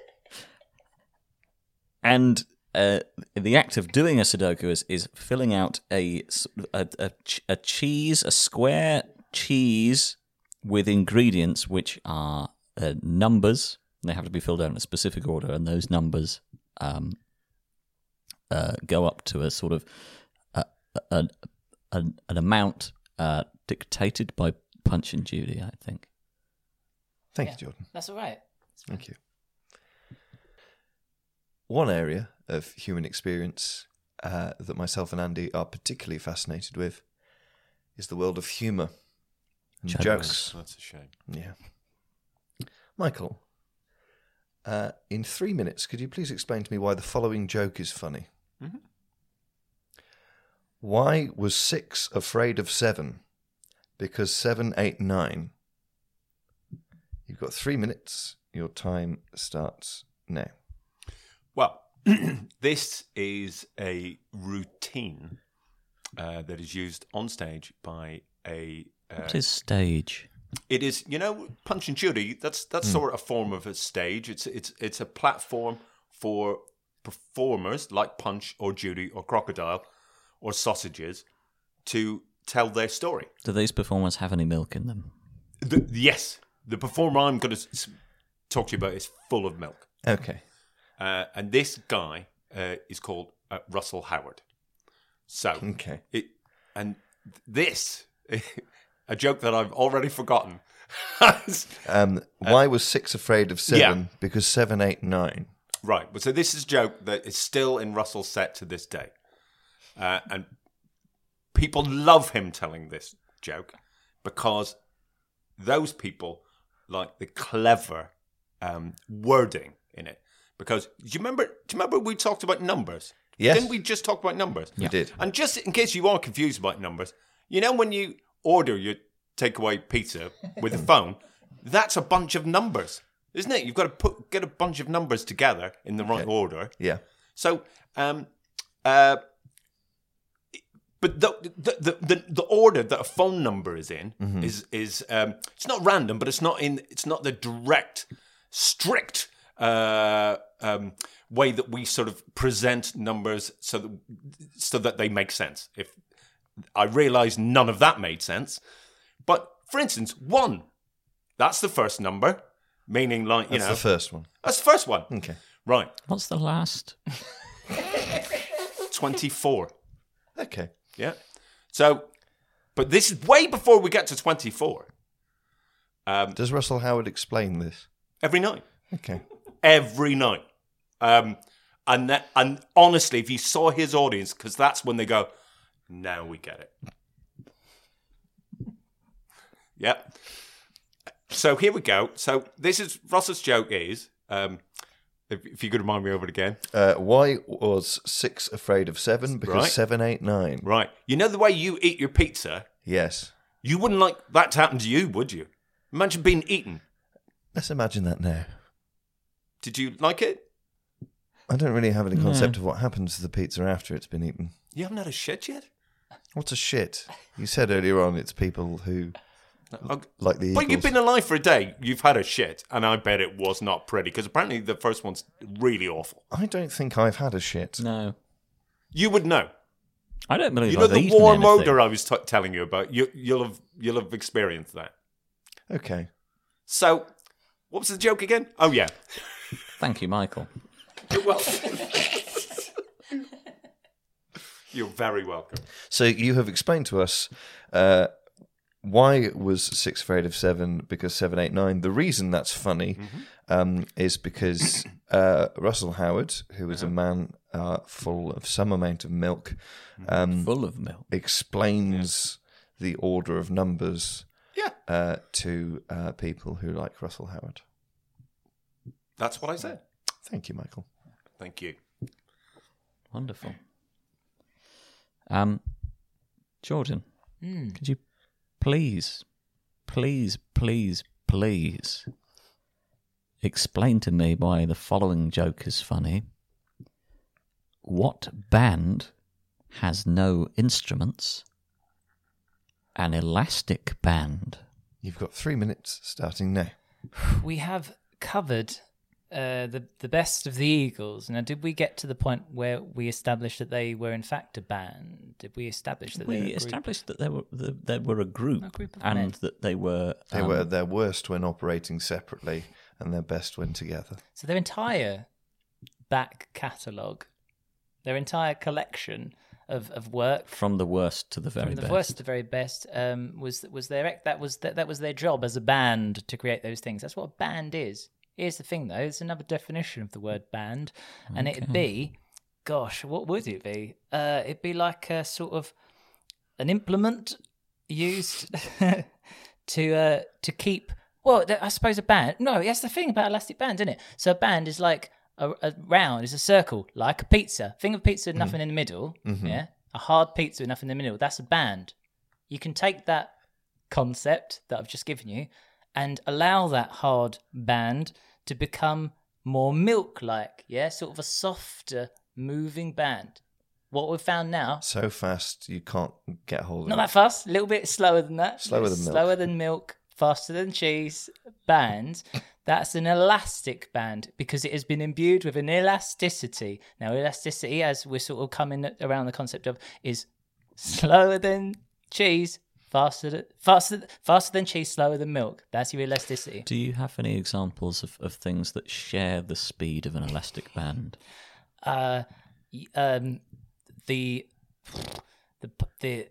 C: <laughs> and uh, the act of doing a Sudoku is, is filling out a, s- a, a ch- a cheese, a square cheese with ingredients which are uh, numbers. They have to be filled out in a specific order, and those numbers um, uh, go up to a sort of uh, an, an, an amount uh, dictated by Punch and Judy, I think.
B: Thank
E: Yeah.
B: you, Jordan.
E: That's all right.
B: Thank you. One area of human experience uh, that myself and Andy are particularly fascinated with is the world of humour and
C: Jokes.
B: jokes.
D: That's a shame.
B: Yeah. Michael, uh, in three minutes, could you please explain to me why the following joke is funny?
D: Mm-hmm.
B: Why was six afraid of seven? Because seven, eight, nine. You've got three minutes. Your time starts now.
D: Well, <clears throat> this is a routine uh, that is used on stage by a. Uh,
C: What is stage?
D: it is you know Punch and Judy. That's that's sort of a form of a stage. It's it's it's a platform for performers like Punch or Judy or Crocodile or Sausages to tell their story.
C: Do these performers have any milk in them?
D: The, yes, the performer I'm going to talk to you about is full of milk.
B: Okay.
D: Uh, and this guy uh, is called uh, Russell Howard. So,
B: Okay.
D: it, and this, <laughs> a joke that I've already forgotten. <laughs> right.
B: Um, why was six afraid of seven? Because seven, eight, nine.
D: Well, so this is a joke that is still in Russell's set to this day. Uh, and people love him telling this joke because those people like the clever um, wording in it. Because do you remember? Do you remember we talked about numbers?
B: Yes.
D: Didn't we just talk about numbers?
B: We did.
D: And just in case you are confused about numbers, you know when you order your takeaway pizza with a phone, that's a bunch of numbers, isn't it? You've got to put get a bunch of numbers together in the right order.
B: Yeah.
D: So, um, uh, but the the, the the the order that a phone number is in
B: Mm-hmm.
D: is is um, it's not random, but it's not in it's not the direct, strict uh, um, way that we sort of present numbers so that so that they make sense. If I realised none of that made sense, but for instance, one That's the first number, meaning like you
B: That's
D: know
B: the first one.
D: that's the first one.
B: Okay.
D: Right,
C: What's the
D: <laughs>
C: last?
D: twenty four.
B: Okay.
D: Yeah. So, but this is way before we get to 24. Um,
B: Does Russell Howard explain this?
D: every night.
B: Okay.
D: Every night. Um, and that, and honestly, if you saw his audience, because that's when they go, now we get it. yeah. So here we go. So this is Ross's joke is, um, if, if you could remind me over it again.
B: Uh, why was six afraid of seven? Because
D: Right.
B: seven, eight, nine.
D: Right. You know the way you eat your pizza?
B: Yes.
D: You wouldn't like that to happen to you, would you? Imagine being eaten.
B: Let's imagine that now.
D: Did you like it?
B: I don't really have any concept of what happens to the pizza after it's been eaten.
D: You haven't had a shit yet?
B: What's a shit? You said earlier on it's people who
D: Okay.
B: like the.
D: But you've
B: Eagles.
D: been alive for a day. You've had a shit, and I bet it was not pretty because apparently the first one's really awful.
B: I don't think I've had a shit.
C: No.
D: You would know.
C: I don't believe
D: you know
C: I've
D: the
C: eaten
D: warm
C: anything.
D: odor I was t- telling you about. You, you'll have you'll have experienced that.
B: Okay.
D: So, what was the joke again? Oh yeah.
C: Thank you, Michael.
D: Well. You're very welcome.
B: So you have explained to us uh, why was six afraid of seven because seven, eight, nine. The reason that's funny
D: Mm-hmm.
B: um, is because uh, Russell Howard, who is a
D: Uh-huh.
B: man uh, full of some amount of milk, um,
C: Full of milk.
B: explains the order of numbers
D: Yeah,
B: uh, to uh, people who like Russell Howard.
D: that's what I said.
B: Thank you, Michael.
D: Thank you.
C: Wonderful. Um, Jordan, could you please, please, please, please explain to me why the following joke is funny? What band has no instruments? An elastic band.
B: You've got three minutes starting now.
E: We have covered uh, the the best of the Eagles. Now, did we get to the point where we established that they were in fact a band? Did we establish that they were a
C: We
E: group?
C: established that there were that there were a group,
E: A group of
C: and
E: men.
C: that they were
B: They
C: um,
B: were their worst when operating separately, and their best when together.
E: So their entire back catalogue, their entire collection of, of work
C: from the worst to the very
E: from the
C: best.
E: worst to the very best um, was was their that was that, that was their job as a band to create those things. That's what a band is. Here's the thing though, there's another definition of the word band, and it'd be, gosh, what would it be? Uh, it'd be like a sort of an implement used <laughs> to uh, to keep. Well, th- I suppose a band. No, that's the thing about elastic bands, isn't it? So a band is like a, a round, is a circle, like a pizza. Think of pizza with nothing in the middle. Yeah, a hard pizza with nothing in the middle. That's a band. You can take that concept that I've just given you and allow that hard band to become more milk-like. Yeah, sort of a softer, moving band. What we've found now
B: so fast you can't get hold of
E: not
B: it.
E: that fast. A little bit slower than that.
B: Slower than milk.
E: Slower than milk. Faster than cheese. Band. That's an elastic band because it has been imbued with an elasticity. Now, elasticity, as we're sort of coming around the concept of, is slower than cheese, faster than, faster faster than cheese, slower than milk. That's your elasticity.
C: Do you have any examples of, of things that share the speed of an elastic band?
E: Uh, y- um, the the the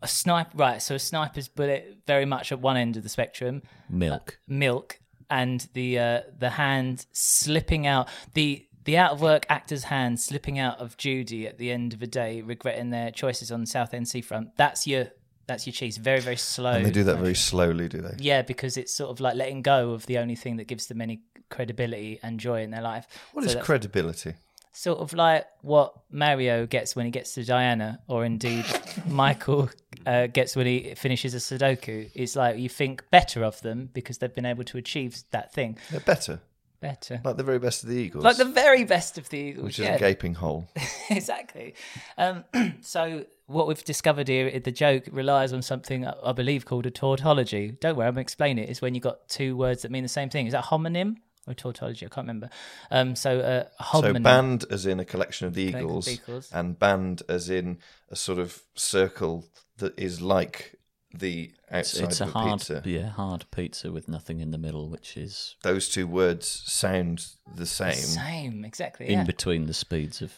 E: a snipe right. So a sniper's bullet very much at one end of the spectrum.
C: Milk.
E: milk and the uh, the hand slipping out the the out of work actor's hand slipping out of duty at the end of a day, regretting their choices on South End seafront. That's your that's your cheese. Very very slow.
B: And they do that very slowly, do they?
E: Yeah, because it's sort of like letting go of the only thing that gives them any credibility and joy in their life.
B: What
E: So
B: is
E: that's
B: credibility?
E: Sort of like what Mario gets when he gets to Diana,
B: <laughs>
E: or indeed Michael uh, gets when he finishes a Sudoku. It's like you think better of them because they've been able to achieve that thing
B: They're better,
E: better.
B: like the very best of the Eagles,
E: Like the very best of the Eagles.
B: which
E: yeah,
B: is a gaping hole.
E: <laughs> exactly. Um, <clears throat> so what we've discovered here, i- the joke relies on something I I believe called a tautology. Don't worry, I'm going to explain it. It's when you've got two words that mean the same thing. Is that homonym or tautology? I can't remember. Um, so uh, homonym.
B: So band as in a collection of the
E: Collection of
B: Eagles,
E: Eagles.
B: and band as in a sort of circle that is like the
C: It's,
B: outside
C: it's a
B: of a
C: hard,
B: pizza.
C: yeah, hard pizza with nothing in the middle, which is
B: Those two words sound the same.
E: Same, exactly. Yeah.
C: in between the speeds of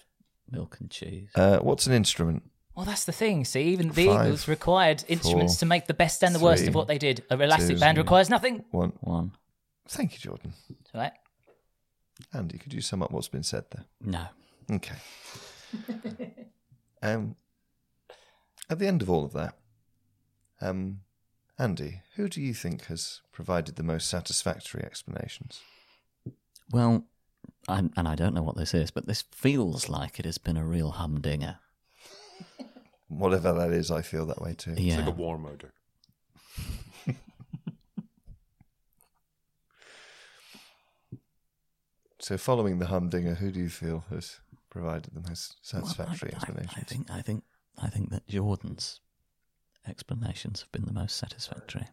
C: milk and cheese.
B: Uh, what's an instrument?
E: well, that's the thing. See, even the
B: Five,
E: Eagles required instruments
B: four,
E: to make the best and the worst
B: three,
E: of what they did. A elastic
B: two,
E: band requires nothing.
B: One.
C: One,
B: Thank you, Jordan.
E: Right?
B: Andy, could you sum up what's been said there?
C: no,
B: Okay. um, at the end of all of that, um, Andy, who do you think has provided the most satisfactory explanations?
C: well, i and I don't know what this is, but this feels like it has been a real humdinger.
B: Whatever that is, I feel that way too.
C: Yeah,
D: It's like a war motor.
B: So, following the humdinger, who do you feel has provided the most
C: Well, I-
B: satisfactory
C: I-
B: explanations?
C: I think, I think, I think that Jordan's explanations have been the most satisfactory.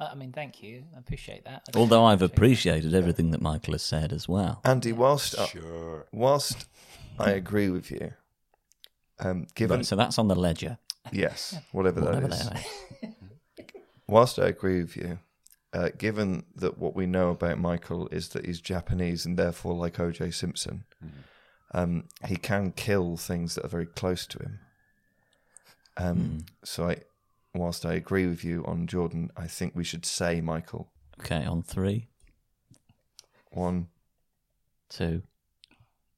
E: Uh, I I mean, thank you. I appreciate that. I don't
C: Although I've
E: appreciate-
C: appreciated everything that Michael has said as well.
B: Andy, whilst I-
D: Sure.
B: whilst I agree with you, um, given
C: Right, so that's on the ledger.
B: yes, whatever,
C: Whatever
B: that is,
C: they are.
B: whilst I agree with you, uh, given that what we know about Michael is that he's Japanese and therefore like OJ Simpson,
C: Mm-hmm.
B: um, he can kill things that are very close to him. Um,
C: Hmm.
B: So, I, whilst I agree with you on Jordan, I think we should say Michael
C: Okay, on three,
B: one,
C: two.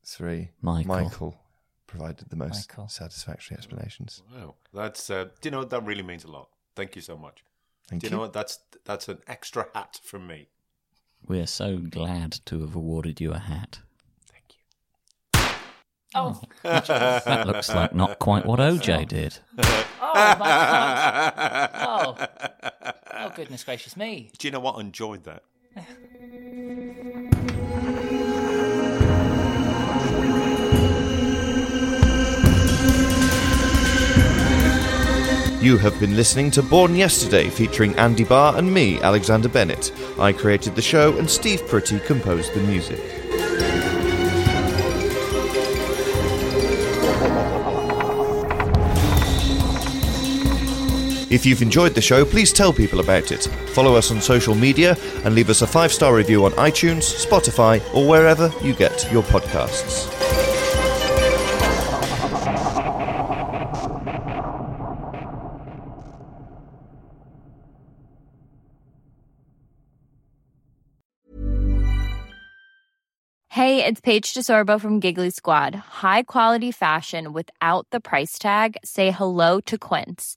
B: three.
C: Michael.
B: Michael provided the most
E: Michael.
B: satisfactory explanations.
D: Wow. That's, uh, do you know, that really means a lot. Thank you so much.
B: Thank
D: do you,
B: you.
D: know what? That's, that's an extra hat from me.
C: We are so glad to have awarded you a hat. <laughs>
E: Oh,
C: That looks like not quite what OJ did.
E: oh, my God. Oh. oh, goodness gracious me.
D: Do you know what? I enjoyed that.
B: You have been listening to Born Yesterday featuring Andy Barr and me, Alexander Bennett. I created the show and Steve Pretty composed the music. If you've enjoyed the show, please tell people about it. Follow us on social media and leave us a five star review on iTunes, Spotify, or wherever you get your podcasts.
H: Hey, it's Paige DeSorbo from Giggly Squad. High quality fashion without the price tag. Say hello to Quince.